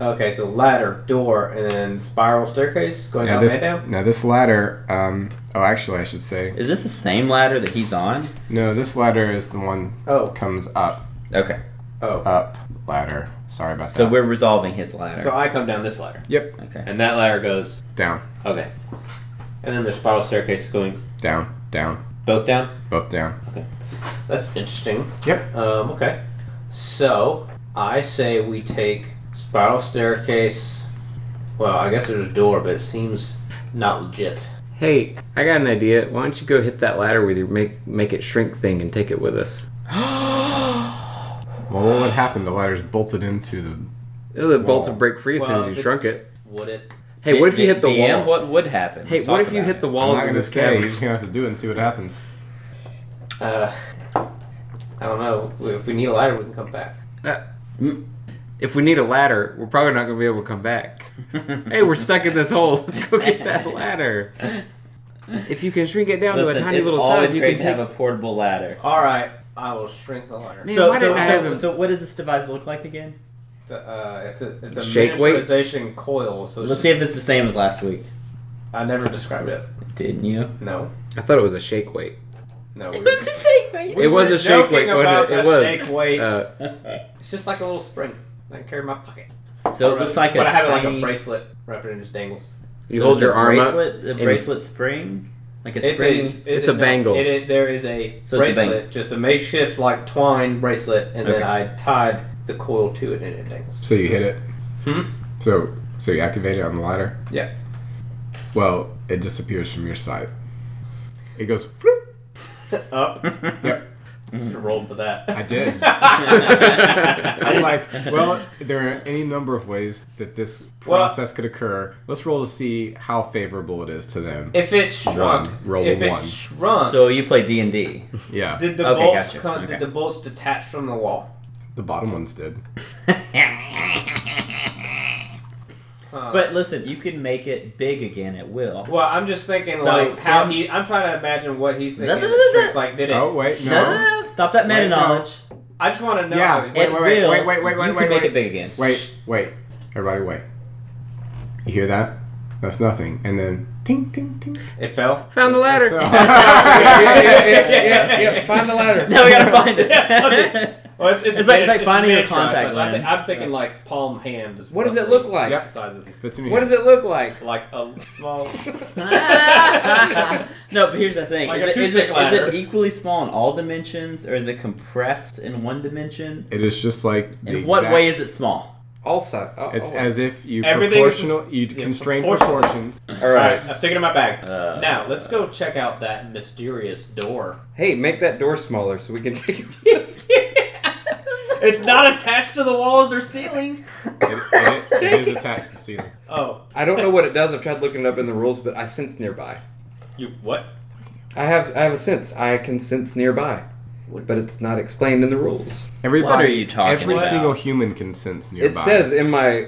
S5: Okay, so ladder, door, and then spiral staircase going
S1: Now
S5: down,
S1: this,
S5: man down.
S1: now this ladder. Um, oh, actually, I should say
S4: Is this the same ladder that he's on?
S1: No, this ladder is the one
S5: Oh,
S1: comes up,
S4: Okay.
S5: oh.
S1: up ladder. Sorry about
S4: So
S1: that.
S4: we're resolving his ladder.
S5: so I come down this ladder,
S1: yep,
S4: okay.
S9: And that ladder goes
S1: down,
S9: okay, and then there's spiral staircase going
S1: down, down,
S9: both down.
S1: both down.
S5: That's interesting.
S1: Yep.
S5: Um, okay. So I say we take spiral staircase. Well, I guess there's a door, but it seems not legit.
S6: Hey, I got an idea. Why don't you go hit that ladder with your make make it shrink thing and take it with us?
S1: Well, what would happen? The ladder's bolted into the.
S6: The bolts
S1: Wall.
S6: would break free as
S5: Well,
S6: soon as you
S5: it's-
S6: shrunk it.
S5: Would it?
S6: Hey, what if you hit the
S4: DM,
S6: wall?
S4: What would happen?
S6: hey,
S4: Let's
S6: what
S4: talk
S6: if you
S4: about
S6: hit
S4: it.
S6: the
S1: I'm
S6: walls
S1: not
S6: in
S1: gonna
S6: this
S1: say. You're
S6: cavern?
S1: just gonna have to do it and see what happens.
S5: Uh, I don't know. If we need a ladder, we can come back.
S6: If we need a ladder, we're probably not gonna be able to come back. hey, we're stuck in this hole. Let's go get that ladder. If you can shrink it down to
S4: Listen,
S6: a tiny
S4: it's
S6: little
S4: always
S6: size, you can
S4: great to
S6: take.
S4: have a portable ladder.
S5: All right, I will shrink the ladder.
S6: Man,
S4: so,
S6: why
S4: so,
S6: didn't I
S4: so,
S6: have a-
S4: so what does this device look like again?
S5: th- uh, it's a it's a
S6: Shake weight?
S5: miniaturization coil. So
S4: Let's
S5: it's just-
S4: see if it's the same as last week.
S5: I never described it.
S4: Didn't you?
S5: No,
S6: I thought it was a shake weight.
S5: no. we
S4: It's
S5: were-
S4: the same. right?
S5: we
S6: It was
S5: were
S6: a shake
S5: joking
S6: weight, wasn't
S5: about
S6: it? It
S5: the
S6: was.
S5: shake weight.
S6: Uh,
S5: it's just like a little spring. I carry in my pocket.
S4: So it looks like
S5: but
S4: a
S5: I have it like a
S4: tiny-
S5: bracelet wrapped in just dangles.
S6: you
S4: so
S6: hold
S4: the
S6: your arm up.
S4: bracelet, The
S6: and-
S4: bracelet spring, like a spring.
S5: it-
S6: It's a
S5: no,
S6: bangle.
S5: It, is- there is a
S4: So it's a
S5: bracelet,
S4: bangle.
S5: just a makeshift like twine bracelet, and then
S4: Okay.
S5: I tied the coil to it and it dangles.
S1: So you hit it.
S5: Hmm?
S1: So so you activate it on the ladder.
S5: Yeah.
S1: Well, it disappears from your sight. It goes. "Floop."
S5: Up.
S1: Yep.
S5: Should have rolled for that.
S1: I did. I was like, well, there are any number of ways that this
S5: Well-
S1: process could occur. Let's roll to see how favorable it is to them.
S5: If it shrunk,
S1: One. Roll
S5: if
S1: a
S5: it
S1: one.
S5: shrunk,
S4: So you play D and D.
S1: Yeah,
S5: did the
S4: Okay,
S5: bolts
S4: gotcha.
S5: come,
S4: Okay.
S5: did the bolts detach from the wall?
S1: the bottom ones did.
S5: Huh.
S4: But listen, you can make it big again at will.
S5: well, I'm just thinking
S4: So,
S5: like how
S4: Tim-
S5: he. I'm trying to imagine what he's thinking.
S4: No, no,
S5: in
S4: no,
S5: the
S4: no.
S5: streets, like did it?
S1: Oh wait,
S4: No, no,
S1: no.
S4: no, no. Stop that meta
S1: Wait, no.
S4: knowledge.
S5: I just want to know.
S1: Yeah. Wait,
S4: It
S1: wait, wait,
S4: will.
S1: wait, wait, wait, wait,
S4: You
S1: wait,
S4: can make
S1: wait.
S4: it big again.
S1: Wait, wait. Everybody, wait. You hear that? That's nothing. And then ting, ting, ting.
S5: It fell.
S6: Found the ladder.
S1: yeah,
S6: yeah, yeah. Find the ladder.
S4: Now we gotta find it.
S5: Well, it's,
S4: It's like- it's
S5: miniature-
S4: like finding a
S5: miniaturized,
S4: contact
S5: so I think-
S4: lens.
S5: I'm thinking like palm hand. Is
S6: What does it look like?
S1: Yep.
S5: Sizes.
S1: Fits in your
S6: What does it look like?
S5: Like a small.
S4: no, but here's the thing:
S5: Like
S4: is,
S5: a
S4: it, is,
S5: toothpick
S4: it, is
S5: ladder.
S4: it equally small in all dimensions, or is it compressed in one dimension?
S1: It is just like
S4: In
S1: the
S4: what
S1: exact-
S4: way is it small?
S6: Also, oh,
S1: It's
S6: oh.
S1: as if you
S5: Everything is
S1: proportional. You
S5: yeah,
S1: constrain
S5: proportional.
S1: proportions.
S4: All
S5: All right, I stick it in my bag.
S4: Uh,
S5: now let's go check out that mysterious door.
S6: hey, make that door smaller so we can take it.
S5: It's not attached to the walls or ceiling.
S1: It, it, it is attached to the ceiling.
S5: Oh,
S6: I don't know what it does. I've tried looking it up in the rules, but I sense nearby.
S5: you what?
S6: I have I have a sense. I can sense nearby, but it's not explained in the rules.
S1: Everybody,
S4: What are you talking
S1: every
S4: about?
S1: single human can sense nearby.
S6: It says in my
S4: You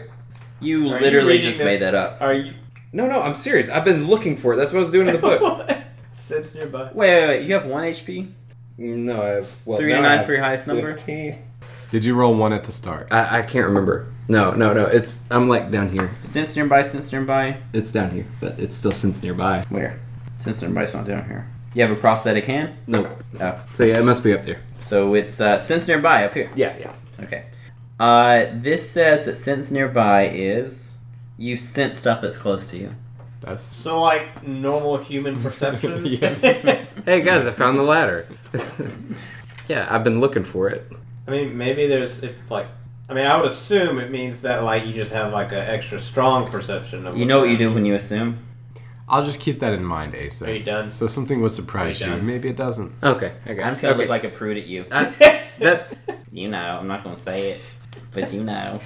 S5: Are you
S4: literally
S5: reading
S4: just
S5: this?
S4: made that up.
S5: Are you?
S6: no no. I'm serious. I've been looking for it. That's what I was doing in the book.
S5: Sits nearby.
S4: Wait, wait, wait. You have one HP,
S6: No, I have well,
S4: three
S6: now
S4: to
S6: I
S4: nine
S6: have
S4: for your highest number.
S6: 15.
S1: Did you roll one at the start?
S6: I, I can't remember. No no no. It's I'm like down here.
S4: Since nearby, since nearby,
S6: It's down here, but it's still sense nearby.
S4: where? Since nearby's not down here. You have a prosthetic hand,
S6: No.
S4: Oh.
S6: So yeah, it must be up there.
S4: so it's uh, since nearby up here.
S6: Yeah yeah.
S4: Okay. Uh, this says that sense nearby is you sense stuff that's close to you.
S1: That's
S5: So like normal human perception.
S1: Yes.
S6: Hey guys, I found the ladder. yeah, I've been looking for it.
S5: I mean, maybe there's. It's like. I mean, I would assume it means that like you just have like an extra strong perception. Of
S4: You know what you do when you assume.
S1: I'll just keep that in mind, Asa.
S5: Are you done?
S1: So something would surprise
S5: Are
S1: you.
S5: you done?
S1: Maybe it doesn't.
S6: Okay. okay.
S4: I'm just gonna
S6: okay.
S4: look like a prude at you.
S6: I- that
S4: You know, I'm not gonna say it, but you know.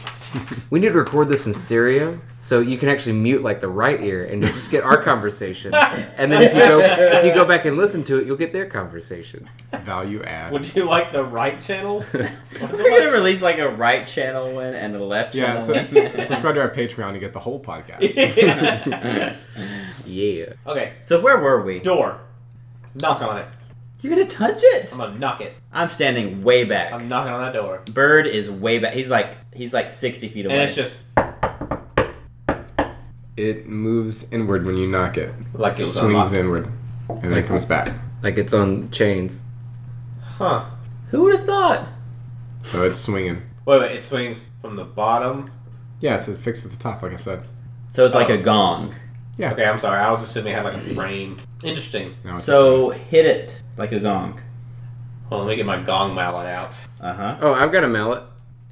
S6: we need to record this in stereo so you can actually mute like the right ear and you'll just get our conversation. And then if you go if you go back and listen to it, you'll get their conversation.
S1: Value add.
S5: Would you like the right channel?
S4: We're gonna release like a right channel one and a left
S1: yeah.
S4: channel
S1: So
S4: one.
S1: subscribe to our Patreon to get the whole podcast.
S6: Yeah.
S5: Okay,
S4: so where were we?
S5: door. Knock on it.
S4: You gonna touch it?
S5: I'm gonna knock it.
S4: I'm standing way back.
S5: I'm knocking on that door.
S4: Bird is way back. He's like he's like sixty feet away.
S5: And it's just
S1: It moves inward when you knock it.
S5: like
S1: It
S5: it was
S1: swings
S5: unlocked.
S1: inward, and then comes back.
S6: Like it's on chains.
S5: Huh.
S4: Who would have thought?
S1: So it's swinging.
S5: Wait, wait. It swings from the bottom.
S1: Yes, it fixed at the top, like I said.
S4: So it's like
S5: Oh.
S4: a gong.
S5: Okay, I'm sorry. I was assuming it had like a frame. Interesting.
S1: Now it's
S4: So
S1: closed.
S4: hit it like a gong.
S5: Hold on, let me get my gong mallet out.
S4: Uh huh.
S6: Oh, I've got a mallet.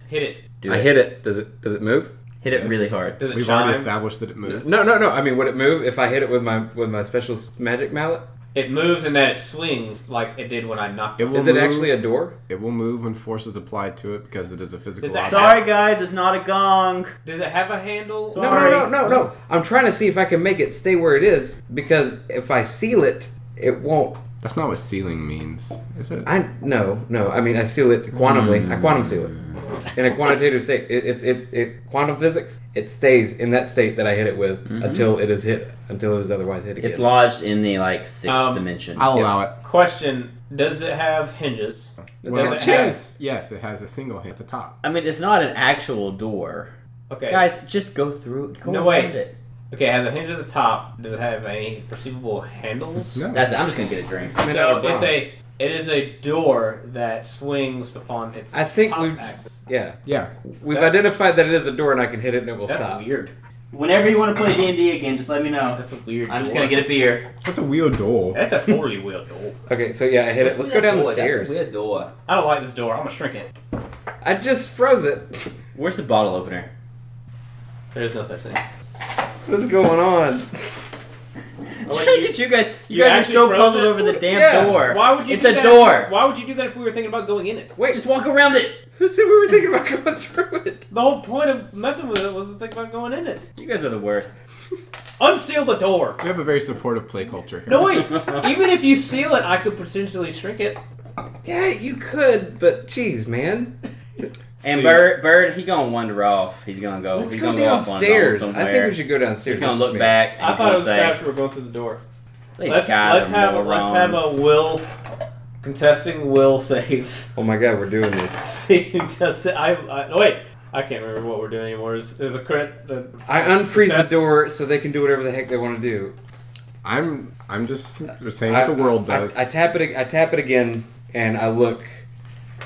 S5: Hit it.
S4: Do
S6: I
S4: it.
S6: hit it. Does it does it move?
S4: Hit it
S1: Yes.
S4: really hard.
S5: Does it
S1: we've
S5: chime?
S1: already established that it moves.
S6: No, no, no. I mean, would it move if I hit it with my with my special s- magic mallet?
S5: It moves in that it swings like it did when I knocked
S1: It
S5: it.
S1: will
S6: Is it
S1: move-
S6: actually a door?
S1: It will move when force is applied to it because it is a physical
S5: It's a-
S1: object.
S4: Sorry guys, it's not a gong.
S5: Does it have a handle?
S6: No, no, no, no, no. I'm trying to see if I can make it stay where it is because if I seal it, it won't
S1: That's not what ceiling means, is it?
S6: I no no. I mean, I seal it quantumly. I quantum seal it in a quantitative state. It, it's it, it quantum physics. It stays in that state that I hit it with until it is hit until it is otherwise hit again.
S4: It's lodged in the like sixth
S5: Um,
S4: dimension.
S1: I'll allow it.
S5: Question: Does it have hinges?
S1: Well,
S5: it
S1: it
S5: have-
S1: has- yes, it has a single hit at the top.
S4: I mean, it's not an actual door,
S5: Okay,
S4: guys. Just go through. Go
S5: No, wait.
S4: around It.
S5: Okay, it has a hinge at the top. Does it have any perceivable handles?
S1: No.
S4: That's it. I'm just gonna get a drink.
S5: So it's a it is a door that swings upon its
S6: I think
S5: top
S6: we've-
S5: axis.
S6: yeah,
S1: Yeah.
S6: we've
S5: That's-
S6: identified that it is a door, and I can hit it and it will
S5: That's
S6: stop.
S5: weird.
S4: Whenever you want to play D and D again, just let me know.
S5: That's a weird.
S4: I'm just
S5: door.
S4: gonna get a beer.
S1: That's a weird door.
S5: That's a totally weird door.
S6: Okay, so yeah, I hit it. Let's go down the
S4: Door, that's a
S6: stairs.
S4: weird door.
S5: I don't like this door. I'm gonna shrink it.
S6: I just froze it.
S4: Where's the bottle opener?
S5: There's no such thing.
S6: What's going on?
S4: I'm
S5: Well,
S4: trying to
S5: you-
S4: get you guys. You,
S5: you
S4: guys are
S5: actually
S4: so
S5: froze
S4: puzzled
S5: it?
S4: over the damn
S6: Yeah.
S4: door.
S5: Why would you?
S4: It's
S5: do
S4: a
S5: that
S4: door.
S5: Why would you do that if we were thinking about going in it?
S6: Wait,
S4: Just walk around it.
S6: who said we were thinking about going through it?
S5: The whole point of messing with it was to think about going in it.
S4: You guys are the worst.
S5: Unseal the door.
S1: We have a very supportive play culture here.
S5: No wait. Even if you seal it, I could potentially shrink it.
S6: Yeah, you could, but geez, man.
S4: And Bird, Bird, he gonna wander off. He's gonna go.
S6: Let's
S4: he's
S6: go
S4: gonna off on his own
S6: downstairs. I think
S4: somewhere.
S6: we should go downstairs.
S4: He's gonna
S6: This is
S4: look
S6: me.
S4: back. And
S5: I
S4: he's
S5: thought
S4: gonna
S5: it was
S4: say,
S5: after we're going through the door.
S4: These
S5: Let's,
S4: guys
S5: let's
S4: are
S5: have let's have a
S4: morons."
S5: will contesting will saves.
S6: Oh my god, we're doing this.
S5: See who does it. I, I no, wait. I can't remember what we're doing anymore. Is is a crit? The,
S6: I unfreeze the
S5: That's-
S6: door so they can do whatever the heck they want to do.
S1: I'm I'm just saying
S6: I,
S1: what the world
S6: I-
S1: does.
S6: I, tap it. I tap it again, and I look.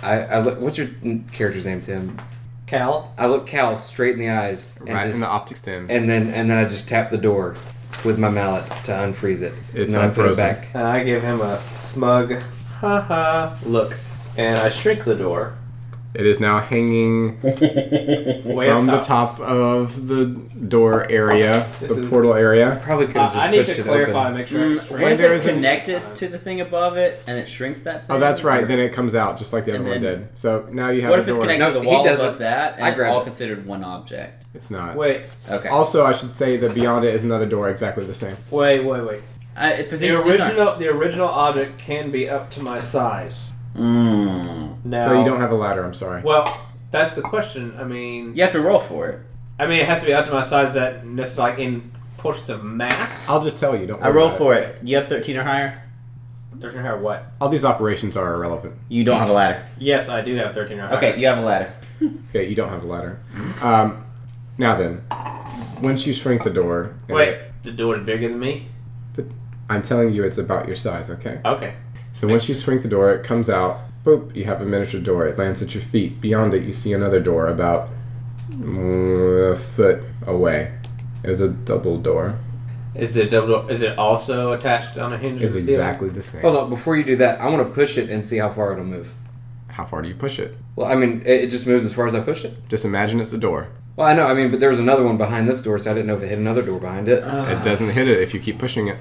S6: I, I look. What's your n- character's name, Tim?
S11: Cal.
S6: I look Cal straight in the eyes, and,
S1: right
S6: just,
S1: in the optic stems.
S6: and then and then I just tap the door with my mallet to unfreeze it.
S1: It's
S6: and then
S1: unfrozen.
S6: I put it back.
S11: And I give him a smug, ha ha look, and I shrink the door.
S1: it is now hanging
S5: way
S1: from
S5: up
S1: the top of the door area,
S11: This
S1: the
S11: is-
S1: portal area.
S6: Probably could have
S5: I,
S6: just
S5: I need
S6: pushed
S5: to
S6: it
S5: clarify.
S6: open.
S5: and Make sure. I
S4: Mm,
S5: can
S4: what if
S1: there
S4: it's
S1: is a-
S4: connected to the thing above it and it shrinks that thing?
S1: Oh, that's right. Then it comes out just like the other
S4: And
S1: one
S4: then-
S1: did. So now you have
S4: What
S1: a
S4: if it's
S1: door.
S4: connected
S6: No,
S4: to the
S6: he
S4: wall above
S6: doesn't.
S4: that and
S6: I
S4: it's
S6: grab
S4: all
S6: it.
S4: considered one object?
S1: It's not.
S5: wait,
S4: Okay.
S1: Also, I should say that beyond it is another door exactly the same.
S5: wait, wait, wait.
S4: I, it- but
S5: The
S4: these- these aren't-
S5: original the original object can be up to my size.
S4: Mm.
S5: Now,
S1: So you don't have a ladder. I'm sorry.
S5: Well, that's the question. I mean,
S4: You have to roll for it.
S5: I mean, it has to be up to my size. That that's like in portions of mass.
S1: I'll just tell you. Don't.
S4: I
S1: worry
S4: roll
S1: about
S4: for it. You have 13 or higher?
S5: Thirteen or what?
S1: All these operations are irrelevant.
S4: You don't have a ladder.
S5: Yes, I do have thirteen or higher.
S4: Okay, you have a ladder.
S1: Okay, you don't have a ladder. Um, now then, once you shrink the door, and
S5: Wait, the door is bigger than me.
S1: I'm telling you, it's about your size. Okay.
S5: Okay.
S1: So once you shrink the door, it comes out. Boop. You have a miniature door. It lands at your feet. Beyond it, you see another door about mm, a foot away. It's a double door.
S5: Is it double? Door, is it also attached on a hinge?
S1: It's
S5: to the ceiling?
S1: exactly the same.
S6: Hold on, before you do that, I want to push it and see how far it'll move.
S1: How far do you push it?
S6: Well, I mean, it, it just moves as far as I push it.
S1: Just imagine it's a door.
S6: Well, I know, I mean, but there was another one behind this door, so I didn't know if it hit another door behind it.
S1: It doesn't hit it if you keep pushing it.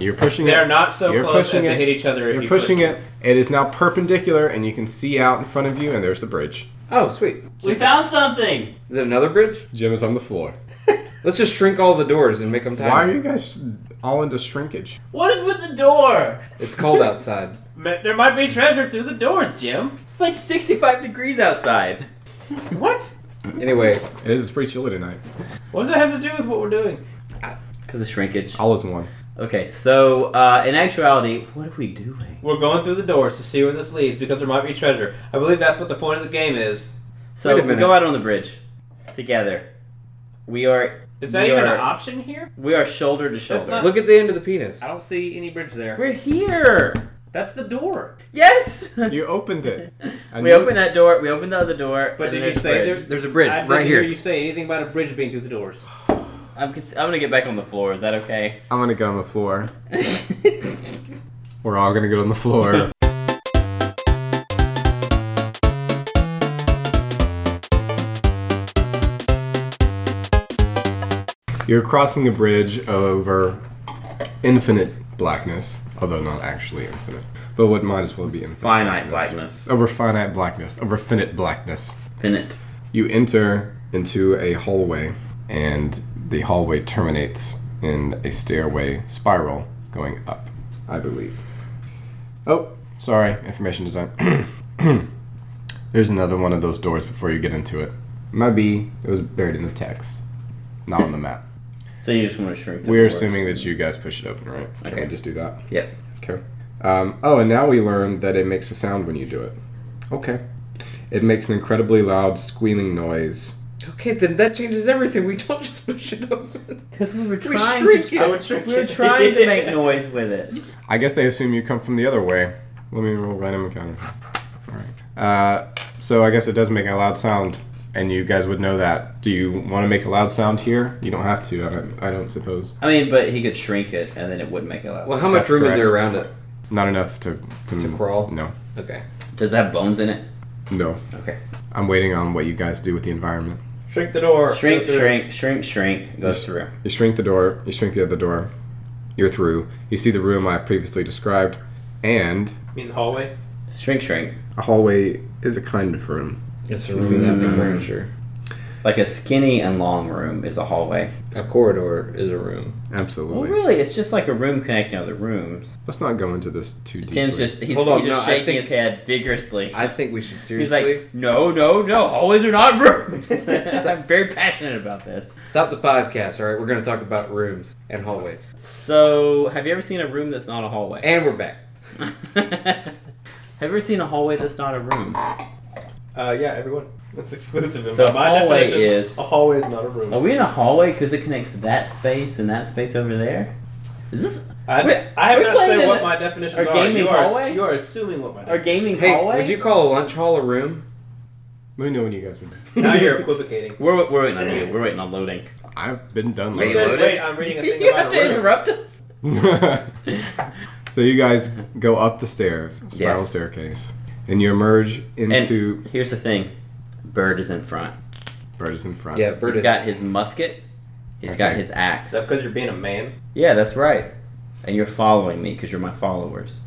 S1: You're pushing
S5: They
S1: it.
S5: are not so
S1: You're
S5: close as
S1: pushing
S5: to
S1: it.
S5: hit each other. if
S1: You're
S5: you
S1: pushing
S5: push.
S1: it. It is now perpendicular, and you can see out in front of you, and there's the bridge.
S6: Oh, sweet.
S4: We found something!
S6: Is it another bridge?
S1: Jim is on the floor.
S6: Let's just shrink all the doors and make them tiny.
S1: Why are you guys all into shrinkage?
S4: What is with the door?
S6: It's cold outside.
S5: Ma- There might be treasure through the doors, Jim.
S4: It's like 65 degrees outside.
S5: What?
S6: Anyway,
S1: It is. It's pretty chilly tonight.
S5: What does that have to do with what we're doing?
S4: Because of shrinkage.
S1: All is one.
S4: Okay, so uh, in actuality, what are we doing?
S5: We're going through the doors to see where this leads because there might be treasure. I believe that's what the point of the game is.
S4: So
S6: Wait a
S4: we
S6: minute.
S4: go out on the bridge together. We are
S5: Is that
S4: We
S5: even
S4: are-
S5: an option here?
S4: we are shoulder to shoulder.
S5: not-
S6: look at the end of the penis.
S5: I don't see any bridge there.
S4: We're here.
S5: That's the door.
S4: Yes.
S1: You opened it. I
S4: we
S1: knew-
S4: opened that door. We opened the other door.
S5: But
S4: and
S5: did
S4: there's
S5: you say
S4: bridge.
S6: There's a bridge
S5: I didn't
S6: right
S5: hear
S6: here.
S5: you say anything about a bridge being through the doors.
S4: I'm, cons- I'm gonna get back on the floor. Is that okay?
S1: I'm gonna go on the floor. We're all gonna get on the floor. You're crossing a bridge over infinite blackness, although not actually infinite, but what might as well be infinite.
S4: Finite blackness.
S1: Over finite blackness, over finite blackness.
S4: Pennant.
S1: You enter into a hallway, and the hallway terminates in a stairway spiral going up, I believe. Oh, sorry, information design. There's another one of those doors before you get into it. My B, it was buried in the text, not on the map.
S4: So you just want to shrink. The
S1: We're
S4: doors.
S1: assuming that you guys push it open, right? Can
S4: Okay.
S1: we just do that?
S4: Yep.
S1: Okay. Um, oh, and now we learn that it makes a sound when you do it. Okay. It makes an incredibly loud squealing noise.
S6: Okay, then that changes everything. We don't just push it open.
S4: Because we were
S6: We
S4: trying
S6: shrink
S4: to.
S6: it. I would
S4: we
S6: shrink
S4: were
S6: it.
S4: trying to make noise with it.
S1: I guess they assume you come from the other way. Let me roll random encounter. All right. Uh, so I guess it does make a loud sound, and you guys would know that. Do you want to make a loud sound here? You don't have to. I don't, I don't suppose.
S4: I mean, but he could shrink it, and then it wouldn't make a loud.
S6: Well, how much
S1: That's
S6: room
S1: correct.
S6: is there around it?
S1: Not enough to to,
S6: To crawl?
S1: No,
S6: Okay.
S4: Does it have bones in it?
S1: no.
S4: Okay.
S1: I'm waiting on what you guys do with the environment.
S9: Shrink the door.
S4: Shrink,
S9: Go through.
S4: shrink, shrink, shrink. Goes
S1: Yes.
S4: through.
S1: You shrink the door. You shrink the other door. You're through. You see the room I previously described, and
S9: You mean the hallway?
S4: Shrink, shrink.
S1: a hallway is a kind of room.
S6: It's a room without any furniture.
S4: Like a skinny and long room is a hallway.
S6: A corridor is a room.
S1: Absolutely.
S4: Well, Oh, really, it's just like a room connecting other rooms.
S1: Let's not go into this too deeply.
S4: Tim's just he's,
S6: Hold on,
S4: he's just
S6: no, I
S4: shaking
S6: think-
S4: his head vigorously.
S6: I think we should
S4: He's
S6: seriously
S4: like, no, no, no, hallways are not rooms. I'm very passionate about this.
S6: stop the podcast. All right, we're going to talk about rooms and hallways.
S4: So, have you ever seen a room that's not a hallway?
S6: And we're back.
S4: have you ever seen a hallway that's not a room?
S9: Uh, yeah, everyone. That's exclusive. In
S4: So
S9: my
S4: hallway
S9: definition,
S4: is-
S9: a hallway is not a room.
S5: Oh.
S4: Are we in a hallway because it connects that space and that space over there? Is this
S9: I,
S4: we-
S9: I have
S4: we
S9: not
S4: played
S9: said
S4: in
S9: what
S4: a-
S9: my definitions
S4: our
S9: are.
S4: gaming
S9: you, are
S4: hallway?
S9: you are assuming what my
S4: our
S9: definitions
S4: gaming
S6: Hey,
S4: hallway?
S6: would you call a lunch hall a room?
S1: Let me know when you guys are.
S9: are. Now you're equivocating.
S4: We're, we're waiting on you. We're waiting on loading.
S1: I've been done.
S9: You
S4: Wait,
S9: said,
S4: loaded?
S9: wait, I'm reading a thing
S4: you have
S9: about
S4: to
S9: a room.
S4: interrupt us.
S1: so you guys go up the stairs, spiral
S4: Yes.
S1: staircase, and you emerge
S4: And
S1: into
S4: here's the thing, Bird is in front.
S1: Bird is in front.
S6: Yeah, Bert
S4: He's
S6: is.
S4: got his musket. He's got
S1: Okay.
S4: his
S9: Is
S4: axe.
S9: that because you're being a man?
S4: Yeah, that's right. And you're following me because you're my followers.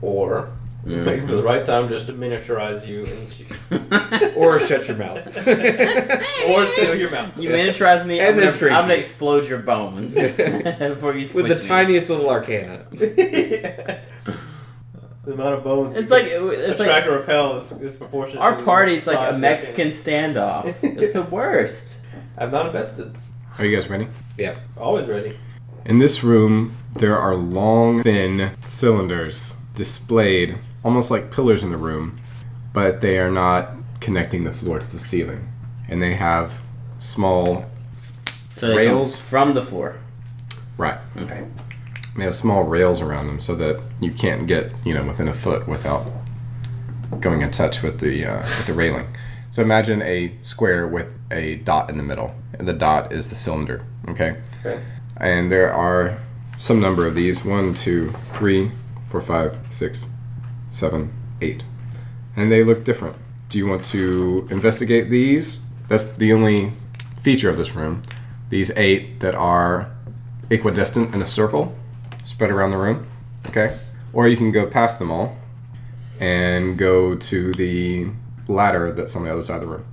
S9: Or
S4: Mm.
S9: waiting for the right time just to miniaturize you and shoot you.
S6: or shut your mouth.
S9: or seal your mouth.
S4: You miniaturize me,
S6: And then
S4: I'm, gonna, I'm
S6: shrink
S4: gonna
S6: you.
S4: explode your bones before you squish
S6: With the
S4: me.
S6: tiniest little arcana.
S9: the amount of bones.
S4: It's
S9: you
S4: like
S9: can
S4: it's like
S9: attract or repel is, is proportionate.
S4: our
S9: to the
S4: party's like
S9: size
S4: a
S9: of the
S4: Mexican
S9: game.
S4: standoff. It's the worst.
S9: I'm not invested.
S1: Are you guys ready?
S9: Always ready.
S1: In this room, there are long, thin cylinders displayed, almost like pillars in the room, but they are not connecting the floor to the ceiling, and they have small
S4: So they
S1: Rails?
S4: come from the floor.
S1: right.
S4: Okay.
S1: They have small rails around them so that you can't get you know within a foot without going in touch with the uh, with the railing. So imagine a square with a dot in the middle, and the dot is the cylinder. Okay.
S9: Okay.
S1: And there are some number of these: one, two, three, four, five, six, seven, eight, and they look different. Do you want to investigate these? That's the only feature of this room. These eight that are equidistant in a circle, spread around the room. Okay. Or you can go past them all and go to the ladder that's on the other side of the room.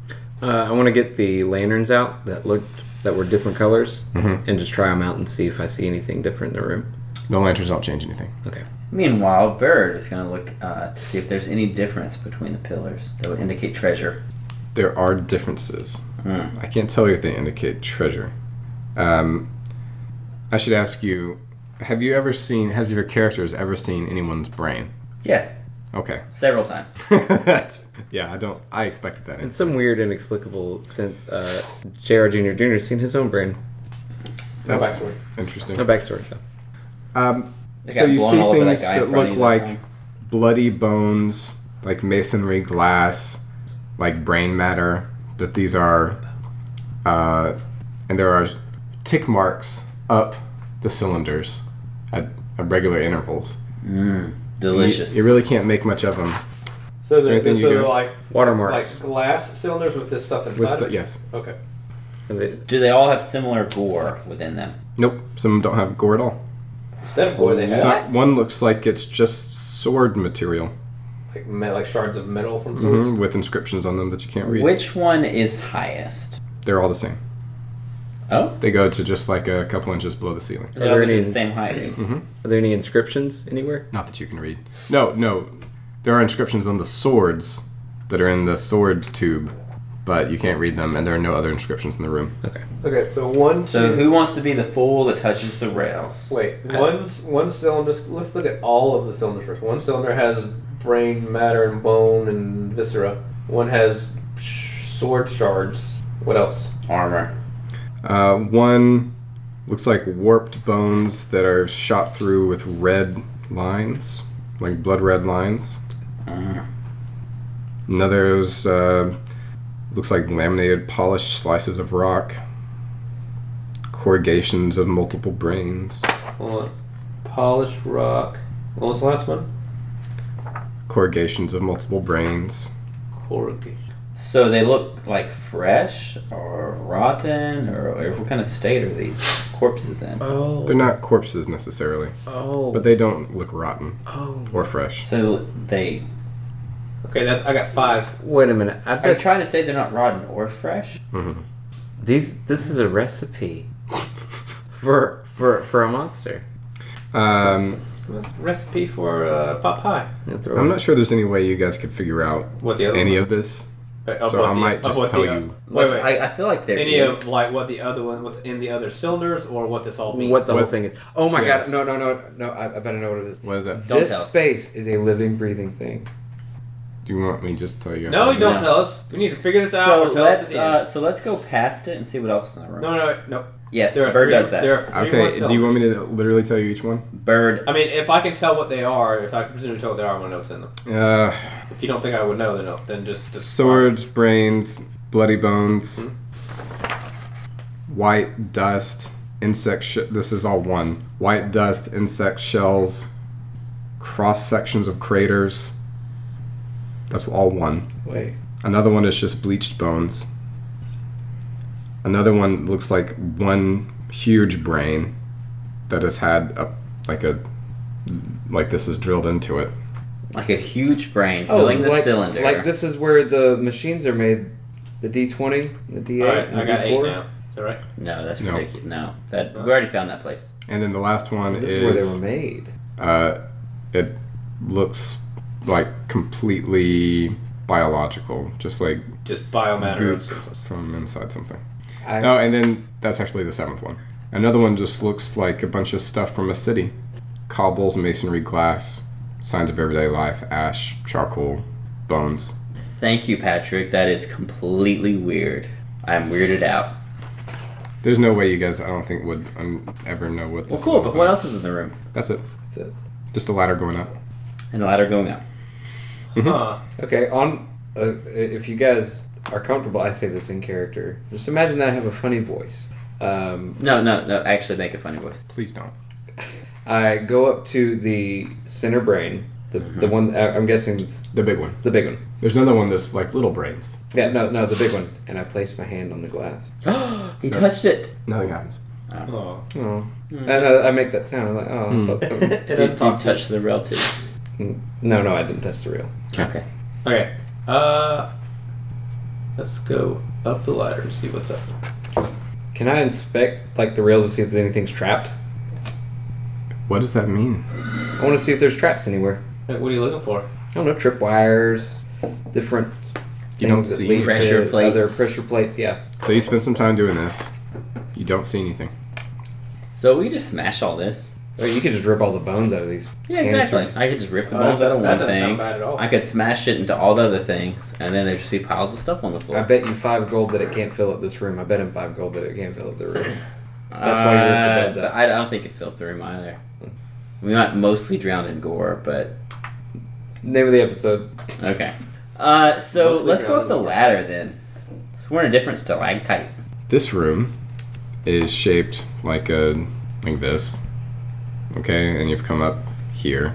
S10: Uh, I want to get the lanterns out that looked that were different colors
S6: Mm-hmm.
S1: Mhm.
S10: and just try them out and see if I see anything different in the room.
S1: The lanterns don't change anything.
S4: Meanwhile, Bird is gonna look uh, to see if there's any difference between the pillars that would indicate treasure.
S1: There are differences.
S4: Hmm.
S1: I can't tell you if they indicate treasure. Um, I should ask you have you ever seen, have your characters ever seen anyone's brain?
S4: Yeah,
S1: Okay.
S4: several times.
S1: That's- yeah, I don't, I expected that
S10: In
S1: answer.
S10: some weird, inexplicable sense, uh, J.R. Junior Junior seen his own brain.
S9: No
S1: That's
S9: backstory.
S10: No
S1: interesting.
S10: backstory though.
S1: Um,
S4: They
S1: so
S4: got
S1: you
S4: blown
S1: see
S4: all over that
S1: things
S4: guy in
S1: that
S4: front
S1: look
S4: of you that
S1: like
S4: time.
S1: bloody bones, like masonry glass, like brain matter, that these are, uh, and there are tick marks up the cylinders at, at regular intervals.
S4: delicious.
S1: You, you really can't make much of them.
S9: So
S1: there
S9: they're,
S1: anything you
S9: so they're
S1: guys-
S9: like like
S10: Watermarks.
S9: glass cylinders with this stuff inside.
S1: With
S9: of
S1: stu-
S9: it?
S1: yes.
S9: Okay.
S10: Are they-
S4: Do they all have similar gore within them?
S1: Nope. Some don't have gore at all.
S9: Instead of gore, they have
S1: Some-
S4: What?
S1: one looks like it's just sword material
S9: like me- like shards of metal from
S5: Mm-hmm.
S1: Mm-hmm.
S9: swords.
S1: mhm, with inscriptions on them that you can't read.
S4: Which one is highest?
S1: They're all the same.
S4: Oh,
S1: They go to just like a couple inches below the ceiling.
S4: are
S12: there
S4: the
S12: any-
S4: same height?
S12: Are there any inscriptions anywhere?
S1: Not that you can read. No, no. There are inscriptions on the swords that are in the sword tube, but you can't read them, and there are no other inscriptions in the room.
S5: Okay, so one.
S4: So
S5: two-
S4: who wants to be the fool that touches the rails?
S5: Wait, one c- one cylinder. Let's look at all of the cylinders first. One cylinder has brain matter and bone and viscera. One has sh- sword shards. What else?
S4: Armor.
S1: Uh, one looks like warped bones that are shot through with red lines, like blood red lines. Another's uh, looks like laminated, polished slices of rock, corrugations of multiple brains,
S5: Hold on. Polished rock. What was the last one?
S1: corrugations of multiple brains.
S5: Corrugate.
S4: So they look like fresh or rotten or, or what kind of state are these corpses in?
S12: Oh.
S1: They're not corpses necessarily,
S12: Oh.
S1: but they don't look rotten
S12: oh.
S1: or fresh.
S4: So they
S5: Okay, that's I got five.
S12: Wait a minute. I
S4: are you
S12: bet
S4: trying to say they're not rotten or fresh?
S1: hmm
S12: these. This is a recipe for for for a monster.
S1: Um,
S5: That's recipe for uh, pot pie.
S12: I'm gonna throw
S1: I'm
S12: it-
S1: not sure there's any way you guys could figure out
S5: What the other?
S1: any
S5: one?
S1: of this.
S5: Uh, of
S1: so
S5: what
S1: I
S5: the-
S1: might
S5: of
S1: just
S5: what
S1: tell
S5: the- uh,
S1: you
S5: Wait, wait.
S4: I, I feel like they're
S5: any of like what the other one, what's in the other cylinders, or what this all means.
S12: what the
S1: What-
S12: whole thing is.
S6: Oh my
S1: Yes.
S6: god! No, no, no, no! I, I better know what it is.
S1: What is that?
S4: Don't
S6: this
S4: tell us.
S6: space is a living, breathing thing.
S1: Do you want me to just tell you?
S5: No, you don't
S4: No.
S5: tell us. We need to figure this out.
S4: so
S5: or tell us
S4: let's
S5: at the end.
S4: uh, so let's go past it and see what else is in the room.
S5: No, no, no.
S4: Yes,
S5: There are
S4: Bird
S5: three,
S4: does that.
S5: There are three more
S1: Okay. Do you
S5: cylinders.
S1: want me to literally tell you each one?
S4: Bird.
S5: I mean, if I can tell what they are, if I can presume to tell what they are, I want to know what's in them.
S1: Uh,
S5: If you don't think I would know, then no, then just just
S1: swords, brains, bloody bones,
S5: Hmm?
S1: white dust, insect. Sh- this is all one. White dust, insect shells, cross sections of craters. That's all one.
S6: Wait.
S1: Another one is just bleached bones. Another one looks like one huge brain that has had a like a like this is drilled into it.
S4: Like a huge brain filling the
S6: Oh, like,
S4: cylinder.
S6: Like this is where the machines are made. The D twenty, the D
S5: All
S6: eight,
S5: right,
S6: and the
S5: I got eight
S6: D4.
S5: now. Is that right?
S4: No, that's
S1: No.
S4: ridiculous. No, that we already found that place.
S1: And then the last one
S6: This
S1: is,
S6: is where they were made.
S1: uh, it looks like completely biological, just like
S5: Just biomatter.
S1: goop from inside something.
S6: I,
S1: Oh, and then that's actually the seventh one. Another one just looks like a bunch of stuff from a city cobbles, masonry, glass, signs of everyday life, ash, charcoal, bones.
S4: Thank you, Patrick. That is completely weird. I'm weirded out.
S1: There's no way you guys, I don't think, would um, ever know what
S4: Well,
S1: this
S4: cool.
S1: is.
S4: But what else is in the room?
S1: That's it.
S6: That's it.
S1: Just a ladder going up.
S4: And the ladder going up.
S5: Huh.
S6: Okay, on uh, if you guys are comfortable, I say this in character. Just imagine that I have a funny voice. Um,
S4: No, no, no. Actually, make a funny voice.
S1: Please don't.
S6: I go up to the center brain, the
S4: Mm-hmm.
S6: the one I- I'm guessing it's
S1: The big one.
S6: the big one.
S1: There's another one that's like little brains.
S6: Yeah, no, no, the big one. And I place my hand on the glass.
S4: he touched it.
S1: Nothing happens.
S5: Oh.
S6: Oh,
S4: Mm.
S6: and I, I make that sound. I'm like, oh,
S1: Mm.
S6: I thought something-
S4: Did you touch the rail too?
S6: no, no, I didn't touch the reel.
S4: Okay.
S5: Okay. Uh, let's go up the ladder and see what's up.
S6: Can I inspect like the rails to see if anything's trapped?
S1: What does that mean?
S6: I want to see if there's traps anywhere.
S5: Like, what are you looking for?
S6: I don't know, trip wires, different
S1: You
S6: things
S1: don't
S6: that
S1: see
S6: lead
S4: Pressure
S6: to
S4: plates.
S6: other pressure plates. Yeah,
S1: So you spend some time doing this. You don't see anything.
S4: So we just smash all this.
S6: I mean, Oh, you could just rip all the bones out of these.
S4: Yeah,
S6: canisters.
S4: exactly. I could just rip the
S5: Uh,
S4: bones out of
S5: that
S4: one
S5: doesn't sound
S4: thing.
S5: bad at all.
S4: I could smash it into all the other things, and then there'd just be piles of stuff on the floor.
S6: I bet you five gold that it can't fill up this room. I bet him five gold that it can't fill up the room. that's why you ripped the
S4: Uh,
S6: beds out.
S4: I don't think it filled the room either. We got mostly drowned in gore, but
S6: Name of the episode.
S4: okay. Uh, so
S5: Mostly
S4: let's go
S5: drowned
S4: up
S5: in
S4: the
S5: gore.
S4: ladder then. So we're in a different stalactite.
S1: This room is shaped like a like this. Okay, and you've come up here.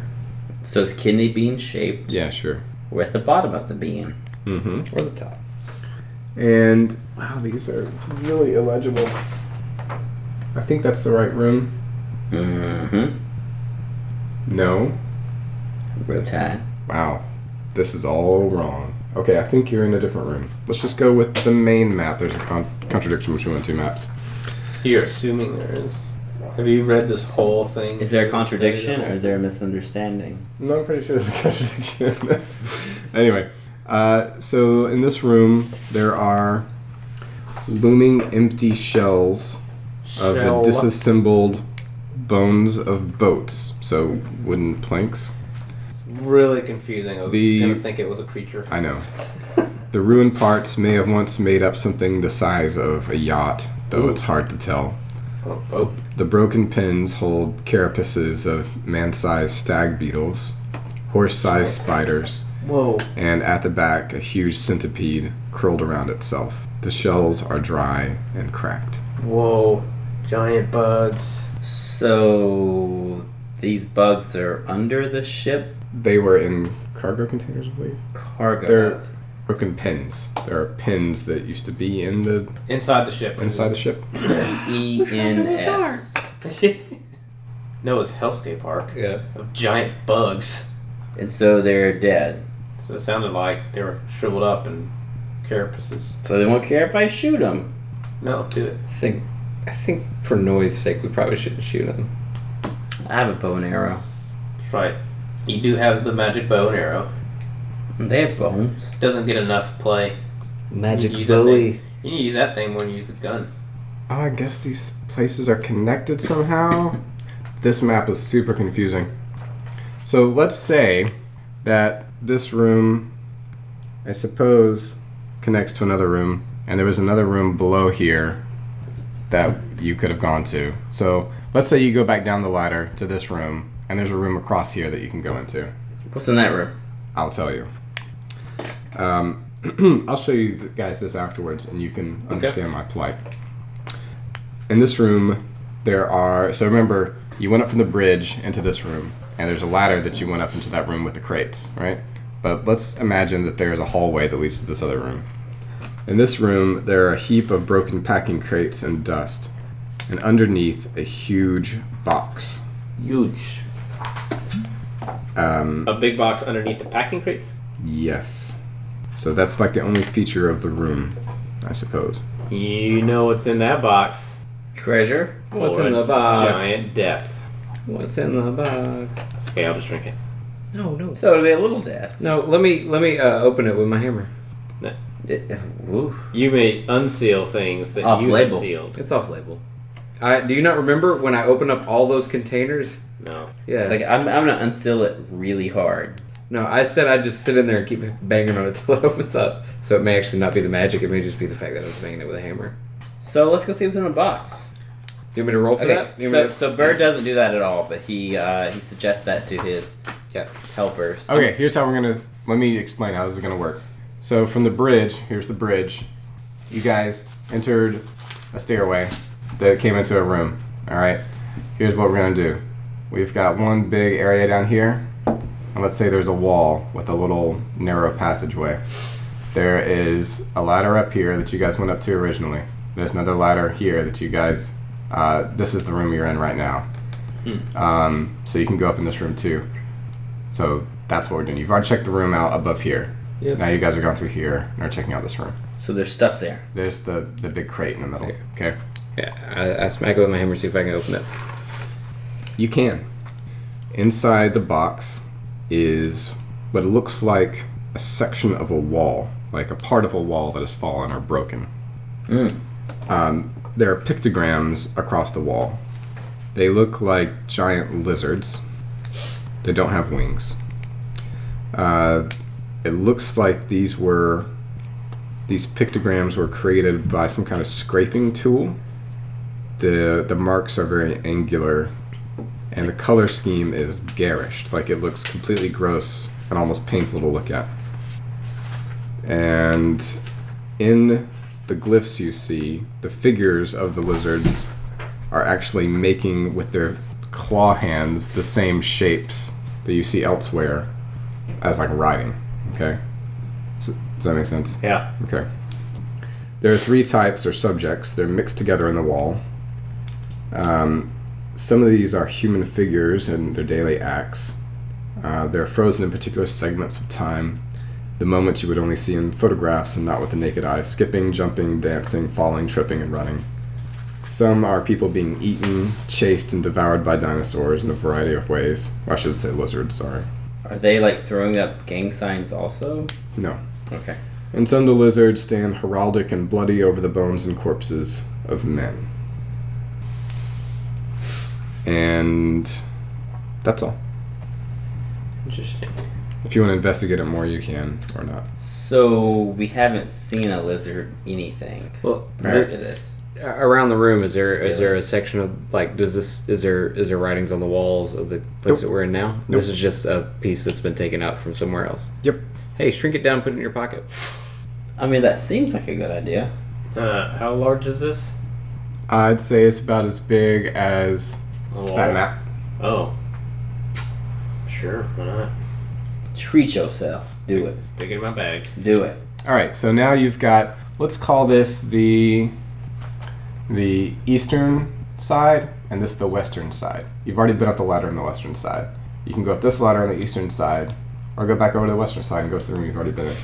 S4: So it's kidney bean shaped.
S1: Yeah, sure.
S4: We're at the bottom of the bean.
S1: Mm-hmm.
S6: Or the top.
S1: And wow, these are really illegible. I think that's the right room.
S4: Mm-hmm.
S1: No.
S4: Rotide.
S1: Wow. This is all wrong. Okay, I think you're in a different room. Let's just go with the main map. There's a con- contradiction between the two maps.
S9: You're assuming there is. Have you read this whole thing?
S4: Is there a contradiction or is there a misunderstanding?
S1: No, I'm pretty sure there's a contradiction. anyway, uh, so in this room there are looming empty shells of
S9: Shell.
S1: the disassembled bones of boats, so wooden planks.
S9: It's really confusing. I was
S1: The-
S9: gonna think it was a creature.
S1: I know. The ruined parts may have once made up something the size of a yacht, though it's hard to tell.
S9: Oh, boat.
S1: The broken pins hold carapaces of man sized stag beetles, horse sized spiders,
S9: Whoa.
S1: and at the back, a huge centipede curled around itself. The shells are dry and cracked.
S9: Whoa. Giant bugs.
S4: So these bugs are under the ship
S1: They were in cargo containers, I believe.
S4: cargo.
S1: They're broken pins. There are pins that used to be in the
S9: Inside the ship.
S1: inside the ship.
S4: E N S.
S9: Noah's Hellscape Park
S6: Yeah.
S9: of giant bugs.
S4: And so they're dead.
S9: So it sounded like they were shriveled up and carapaces.
S4: So they won't care if I shoot them.
S9: No, do it.
S6: I think, I think for noise sake, we probably shouldn't shoot them.
S4: I have a bow and arrow.
S9: That's right. You do have the magic bow and arrow.
S4: They have bones.
S9: Doesn't get enough play.
S6: Magic
S9: You use that
S6: Bowie.
S9: thing. You need to use that thing when you use the gun.
S1: Oh, I guess these places are connected somehow. this map is super confusing. So let's say that this room, I suppose, connects to another room, and there was another room below here that you could have gone to. So let's say you go back down the ladder to this room, and there's a room across here that you can go into.
S4: What's in that room?
S1: I'll tell you. Um, I'll show you th- guys this afterwards, and you can understand my plight. In this room, there are. So remember, you went up from the bridge into this room, and there's a ladder that you went up into that room with the crates, right? But let's imagine that there's a hallway that leads to this other room. In this room, there are a heap of broken packing crates and dust, and underneath, a huge box.
S5: Huge.
S1: Um,
S5: A big box underneath the packing crates.
S1: Yes. So that's like the only feature of the room, I suppose.
S5: You know what's in that box.
S4: Treasure.
S6: What's
S5: Or
S6: in the
S5: a
S6: box?
S5: Giant death.
S6: What's in the box?
S5: Okay, I'll just drink it.
S3: No, no.
S4: So it'll be a little death.
S6: No, let me let me uh, open it with my hammer.
S4: Oof.
S5: You may unseal things that
S4: Off
S5: you
S4: label.
S5: have sealed.
S6: It's off label. I do you not remember when I opened up all those containers?
S5: No.
S6: Yeah.
S4: It's like I'm, I'm gonna unseal it really hard.
S6: no, I said I'd just sit in there and keep banging on it till it opens up. So it may actually not be the magic. It may just be the fact that I was banging it with a hammer.
S4: So let's go see what's in the box.
S6: You want me to roll for
S4: Okay.
S6: that? You want
S4: So,
S6: me
S4: so Bird doesn't do that at all, but he uh, he suggests that to his
S6: Yeah.
S4: helpers.
S1: Okay, here's how we're gonna. Let me explain how this is gonna work. So from the bridge, here's the bridge. You guys entered a stairway that came into a room. All right. Here's what we're gonna do. We've got one big area down here, and let's say there's a wall with a little narrow passageway. There is a ladder up here that you guys went up to originally. There's another ladder here that you guys. Uh, this is the room you're in right now. Um, so you can go up in this room too. So that's what we're doing. You've already checked the room out above here.
S6: Yep.
S1: Now you guys are going through here and are checking out this room.
S4: So there's stuff there.
S1: There's the the big crate in the middle.
S6: Yeah.
S1: Okay.
S6: Yeah. I, I smack it with my hammer. See if I can open it.
S1: You can. Inside the box is what it looks like a section of a wall, like a part of a wall that has fallen or broken.
S6: Hmm.
S1: Um, there are pictograms across the wall. They look like giant lizards. They don't have wings. Uh, it looks like these were these pictograms were created by some kind of scraping tool. The the marks are very angular and the color scheme is garish. Like it looks completely gross and almost painful to look at. And in the glyphs you see, the figures of the lizards are actually making with their claw hands the same shapes that you see elsewhere as like writing. Okay? So, does that make sense?
S5: Yeah.
S1: Okay. There are three types or subjects. They're mixed together in the wall. Um, some of these are human figures and their daily acts. Uh, they're frozen in particular segments of time, the moments you would only see in photographs and not with the naked eye, skipping, jumping, dancing, falling, tripping, and running. Some are people being eaten, chased, and devoured by dinosaurs in a variety of ways. Or I should say lizards, sorry.
S4: Are they like throwing up gang signs also?
S1: No.
S4: Okay.
S1: And some of the lizards stand heraldic and bloody over the bones and corpses of men. And that's all.
S5: Interesting.
S1: If you want to investigate it more, you can, or not.
S4: So we haven't seen a lizard anything
S6: Well,
S4: prior to this.
S6: around the room is there is
S4: Really?
S6: there a section of like does this is there is there writings on the walls of the place that we're in now? This is just a piece that's been taken out from somewhere else.
S1: Yep.
S6: Hey, shrink it down, put it in your pocket.
S4: I mean, that seems like a good idea.
S5: Uh, how large is this?
S1: I'd say it's about as big as that map.
S5: Oh. Sure, why not?
S4: Treat yourself. Do it.
S5: Stick it in my bag.
S4: Do it.
S1: All right, so now you've got. Let's call this the the eastern side, and this the western side. You've already been up the ladder on the western side. You can go up this ladder on the eastern side, or go back over to the western side and go to the room you've already been in.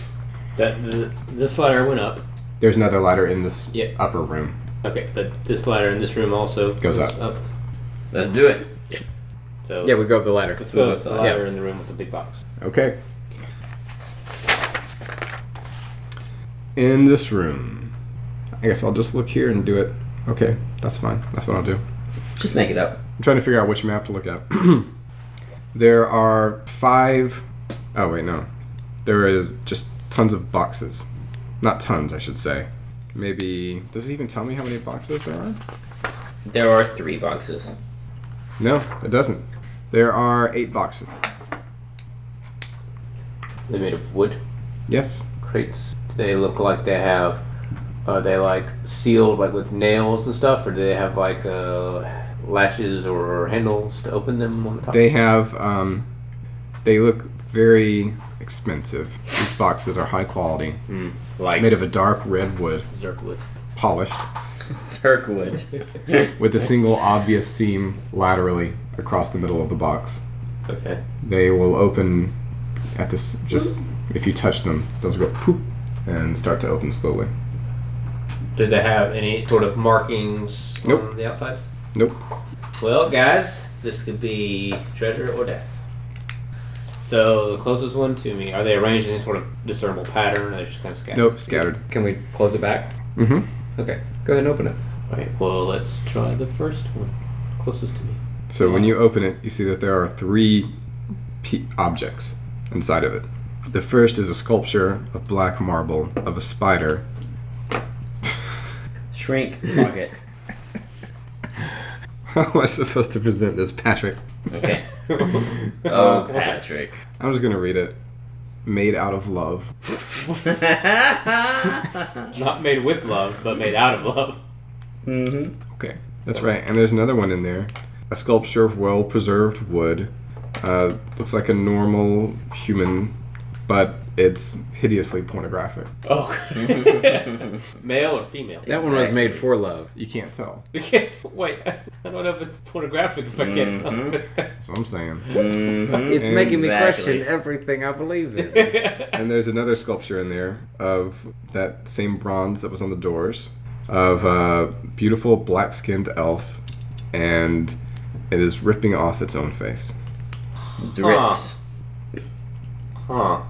S5: That th- this ladder went up.
S1: There's another ladder in this
S5: Yeah.
S1: upper room.
S5: Okay, but this ladder in this room also
S1: Goes up.
S4: Let's do it.
S5: So
S6: Yeah, we go up the ladder.
S5: let's go up the
S4: Yeah.
S5: ladder in the room with the big box.
S1: Okay. In this room, I guess I'll just look here and do it. Okay, that's fine. That's what I'll do.
S4: Just make it up.
S1: I'm trying to figure out which map to look at. there are five oh wait, no. There is just tons of boxes. Not tons, I should say. Maybe. Does it even tell me how many boxes there are?
S4: There are three boxes.
S1: No, it doesn't. There are eight boxes.
S5: They're made of wood
S1: Yes.
S5: crates. Do they look like they have? Are they like sealed like with nails and stuff, or do they have like uh, latches or handles to open them on the top?
S1: They have. Um, they look very expensive. These boxes are high quality,
S5: like
S1: made of a dark red wood,
S5: zirkwood.
S1: polished,
S4: Circwood.
S1: with a single obvious seam laterally across the middle of the box.
S5: Okay.
S1: They will open at this. Just if you touch them, those go poop and start to open slowly.
S5: Do they have any sort of markings
S1: Nope.
S5: on the outsides?
S1: Nope.
S5: Well, guys, this could be treasure or death. So the closest one to me. Are they arranged in any sort of discernible pattern? Or they just kind of scattered.
S1: Nope. Scattered.
S6: Can we close it back?
S1: Mm-hmm.
S6: Okay. Go ahead and open it.
S5: Right. Well, let's try the first one closest to me.
S1: So when you open it, you see that there are three pe objects inside of it. The first is a sculpture of black marble of a spider
S4: Shrink pocket.
S1: How am I supposed to present this, Patrick?
S4: Okay.
S1: I'm
S4: Oh, Patrick.
S1: just gonna read it. Made out of love.
S6: Mm-hmm.
S5: Not made with love, but made out of love.
S4: hmm
S1: Okay, that's right. And there's another one in there. A sculpture of well preserved wood. Uh, looks like a normal human, but it's hideously pornographic.
S5: Oh. Male or female?
S6: That one was made
S4: Exactly.
S6: for love.
S1: You can't tell.
S5: We can't wait. I don't know if it's pornographic if I can't
S1: That's what I'm saying.
S4: hmm
S10: It's making me
S4: Exactly.
S10: question everything I believe in.
S5: tell.
S1: And there's another sculpture in there of that same bronze that was on the doors of a beautiful black skinned elf, and it is ripping off its own face.
S4: Dritz.
S5: huh.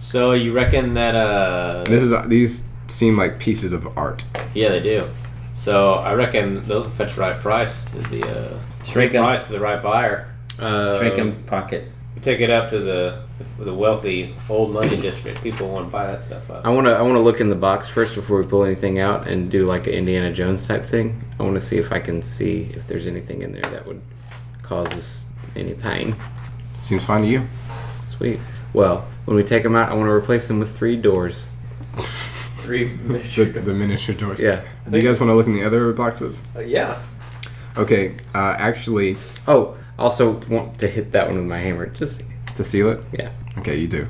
S5: So you reckon that? uh
S1: And this is these seem like pieces of art.
S5: Yeah, they do. So I reckon those will fetch the right price to the uh,
S4: Shrink 'em.
S5: price to the right buyer.
S6: Uh,
S4: Shrink him pocket.
S5: We take it up to the the wealthy old money district. People want to buy that stuff up.
S6: I want to I want to look in the box first before we pull anything out and do like an Indiana Jones type thing. I want to see if I can see if there's anything in there that would cause us any pain.
S1: Seems fine to you.
S6: Sweet. Well, when we take them out, I want to replace them with three doors.
S5: Three.
S1: The, the miniature doors.
S6: Yeah.
S1: Do you guys want to look in the other boxes?
S5: Uh, yeah.
S1: Okay. Uh, actually,
S6: Oh, also want to hit that one with my hammer. Just
S1: to seal it.
S6: yeah.
S1: Okay, you do.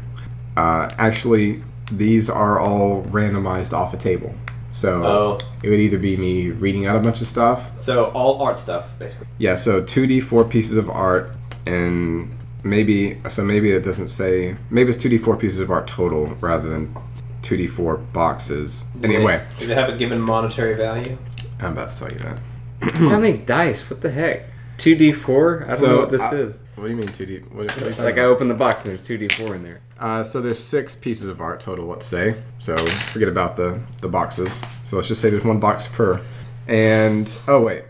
S1: Uh, actually, these are all randomized off a table. So
S5: Oh,
S1: it would either be me reading out a bunch of stuff.
S5: so all art stuff basically.
S1: Yeah. So two D four pieces of art and maybe so maybe it doesn't say maybe it's two D four pieces of art total rather than two D four boxes. Anyway.
S5: do they have a given monetary value?
S1: I'm about to tell you that.
S10: I found these dice. What the heck? 2d4? I don't
S1: So,
S10: know what this
S1: I-
S10: is.
S1: What do you mean two D? What, what are you talking
S10: Like, I
S1: about?
S10: opened the box and there's 2d4 in there.
S1: Uh, so there's six pieces of art total, let's say. So forget about the, the boxes. So let's just say there's one box per. And oh wait,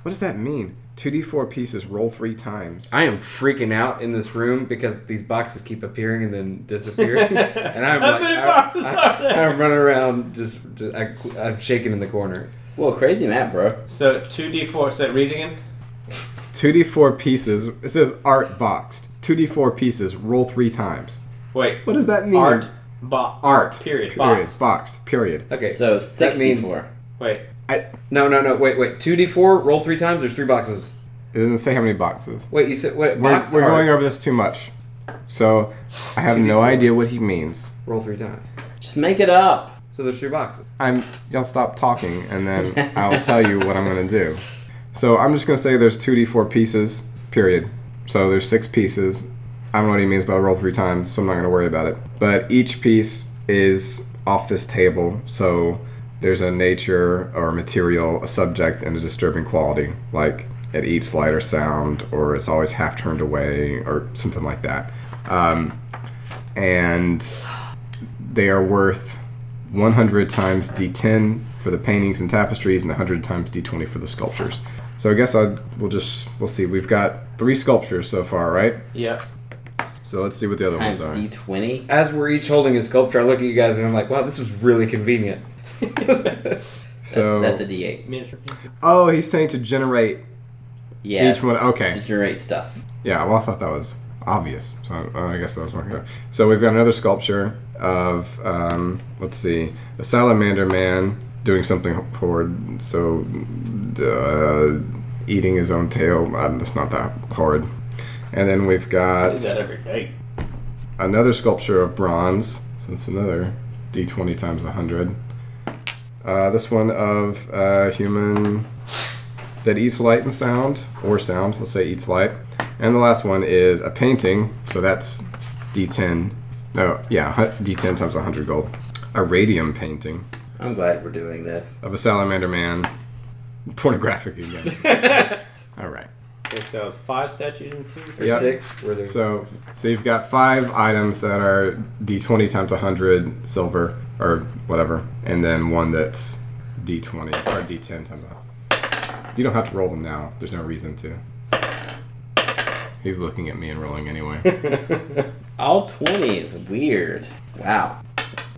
S1: what does that mean? Two D four pieces roll three times.
S6: I am freaking out in this room because these boxes keep appearing and then disappearing, and I'm
S5: How
S6: like,
S5: many
S6: I,
S5: boxes
S6: I,
S5: are there?
S6: am running around, just, just I, I'm shaking in the corner.
S4: Well, crazy map, bro.
S5: So two D four. Set read again.
S1: Two D four pieces. It says art boxed. Two D four pieces roll three times.
S5: Wait.
S1: What does that mean?
S5: Art. Bo-
S1: Art.
S5: Period.
S1: Period.
S5: Box.
S1: Boxed. Period.
S6: Okay,
S4: So
S6: that means-
S4: sixty-four.
S5: Wait.
S6: no, no, no, wait, wait, two d four, roll three times. There's three boxes.
S1: It doesn't say how many boxes.
S6: Wait, you said what?
S1: We're,
S6: box
S1: we're
S6: art,
S1: going over this too much. So I have no
S6: 2D4.
S1: idea what he means.
S6: roll three times.
S4: Just make it up.
S6: So there's three boxes.
S1: I'm y'all stop talking and then I'll tell you what I'm gonna do. So I'm just gonna say there's two D four pieces, period. So there's six pieces. I don't know what he means by roll three times, so I'm not gonna worry about it. But each piece is off this table, so there's a nature or material, a subject, and a disturbing quality. Like it eats light or sound, or it's always half turned away, or something like that. Um, and they are worth 100 times d10 for the paintings and tapestries and 100 times d20 for the sculptures so i guess i we'll just we'll see we've got three sculptures so far right
S5: Yep.
S1: so let's see what the other
S4: Times
S1: ones are
S4: D twenty.
S6: As we're each holding a sculpture, I look at you guys and I'm like, wow, this is really convenient.
S4: That's,
S1: so
S4: that's a D eight.
S1: oh he's saying to generate
S4: Yeah.
S1: each one okay
S4: Just generate stuff.
S1: Yeah, well, I thought that was obvious, so uh, I guess that was working out. So we've got another sculpture of, um, let's see, a salamander man doing something horrid. So, uh, eating his own tail. Uh, that's not that horrid. And then we've
S5: Do
S1: got
S5: that every day.
S1: another sculpture of bronze. So it's another d20 times 100. Uh, this one of a human that eats light and sound, or sound, let's say eats light. And the last one is a painting, so that's d10. No, yeah, hu- d10 times 100 gold. A radium painting
S4: I'm glad we're doing this.
S1: of a salamander man. Pornographic again. All right.
S5: Okay, so it's five statues and two.
S6: There's
S1: Yep.
S6: six. Where there's
S1: So, so you've got five items that are D20 times 100 silver or whatever, and then one that's D20 or D10 times 100. You don't have to roll them now. There's no reason to. He's looking at me and rolling anyway.
S4: All twenty is weird. Wow.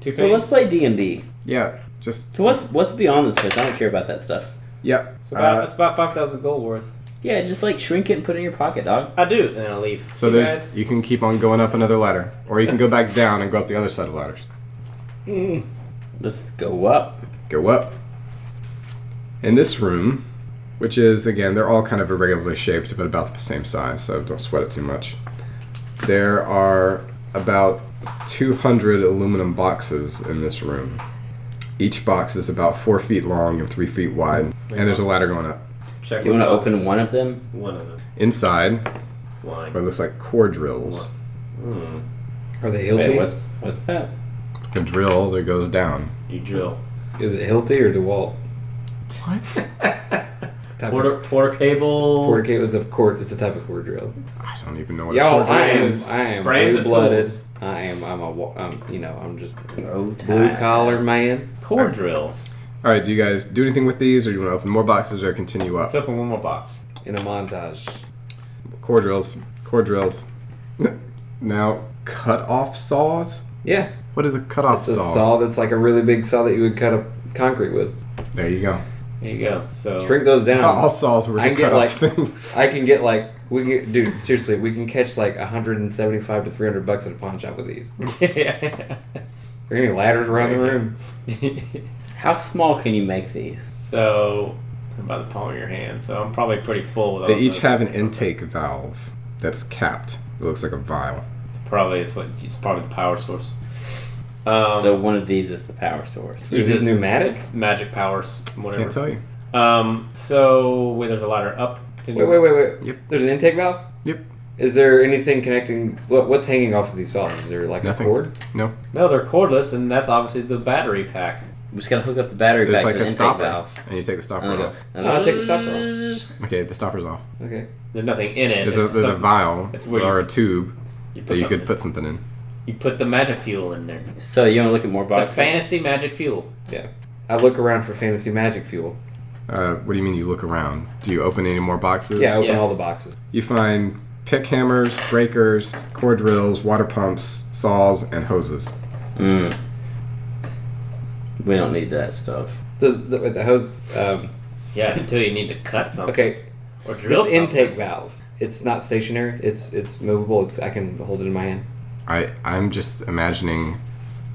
S5: Two
S4: So let's play D and D.
S1: yeah, just
S4: So what's what's beyond this place? I don't care about that stuff.
S1: yep.
S5: It's about,
S1: Uh,
S5: it's about five thousand gold worth.
S4: Yeah, just like shrink it and put it in your pocket, dog.
S5: I do, and then I leave.
S1: so
S5: You
S1: there's
S5: guys?
S1: you can keep on going up another ladder, or you can go back down and go up the other side of ladders.
S4: Let's go up.
S1: go up. In this room, which is again, they're all kind of irregularly shaped, but about the same size, so don't sweat it too much. There are about 200 aluminum boxes in this room. Each box is about four feet long and three feet wide, and there's a ladder going up.
S5: Check
S4: You want to open one of them?
S5: one of them.
S1: Inside,
S5: Line.
S1: what looks like core drills.
S6: are they hilty?
S4: Wait, what's what's that?
S1: A drill that goes down.
S5: You drill.
S6: Is it hilty or Dewalt? Type
S5: Quarter,
S6: of,
S5: quarter cable.
S6: quarter cable. It's a cord. It's a type of cord drill.
S1: I don't even know what a
S6: Y'all,
S1: core
S6: I
S1: drill
S6: am.
S1: is.
S6: I am
S5: Brains
S6: blue
S5: and
S6: blooded.
S5: tools.
S6: I am. I'm a. wa- Um, you know. I'm just
S4: Roll
S6: blue
S4: Tide.
S6: collar man.
S5: Core drills.
S1: All right, do you guys do anything with these, or do you want to open more boxes, or continue up?
S5: Let's open one more box.
S6: In a montage.
S1: core drills, core drills. now, cut off saws.
S6: Yeah.
S1: What is a cut off
S6: It's a
S1: saw?
S6: saw that's like a really big saw that you would cut up concrete with.
S1: There you go.
S5: There you go. So
S6: Shrink those down.
S1: Not all saws were
S6: I
S1: to
S6: get
S1: cut
S6: like-
S1: off things.
S6: I can get like we can get, dude. Seriously, we can catch like 175 to 300 bucks at a pawn shop with these. Are there any ladders around the room?
S4: How small can you make these?
S5: so by the palm of your hand. So I'm probably pretty full. With all
S1: they each
S5: those.
S1: have an intake valve that's capped. It looks like a vial.
S5: Probably it's what it's probably the power source. Um,
S4: so one of these is the power source.
S6: These
S5: just-
S6: pneumatics.
S5: magic powers,
S1: Can't
S5: whatever.
S1: tell you.
S5: Um, so wait, there's a ladder up.
S6: Wait, wait, wait, wait.
S1: Yep.
S6: There's an intake valve.
S1: Yep.
S6: Is there anything connecting? What, what's hanging off of these saws? Is there like
S1: Nothing.
S6: a cord?
S1: No.
S5: No, they're cordless, and that's obviously the battery pack.
S4: We just gotta hook up the battery
S1: There's
S4: back
S1: like
S4: to the
S1: a
S4: intake
S1: stopper, Uh,
S4: valve.
S1: and you take the stopper
S4: And I go,
S1: off.
S4: and I
S6: I'll
S4: go,
S6: take the stopper off.
S1: Okay, the stopper's off.
S6: Okay.
S5: There's nothing in it.
S1: There's a
S5: It's
S1: there's a
S5: something-
S1: vial
S5: It's
S1: or
S5: where you-
S1: a tube
S5: You put,
S1: that you
S5: something
S1: could put something in.
S5: in. you put the magic fuel in there.
S4: so you wanna look at more
S5: The
S4: boxes?
S5: fantasy magic fuel.
S6: I look around for fantasy magic fuel.
S1: Uh, what do you mean you look around? Do you open any more boxes?
S6: Yeah, I open
S5: Yes.
S6: all the boxes.
S1: You find pick hammers, breakers, core drills, water pumps, saws, and hoses.
S4: Mm. We don't need that stuff.
S6: The, the, the hose. Um,
S5: Yeah, until you need to cut something
S6: okay,
S5: or drill
S6: this
S5: something.
S6: intake valve. It's not stationary. It's it's movable. It's I can hold it in my hand.
S1: I I'm just imagining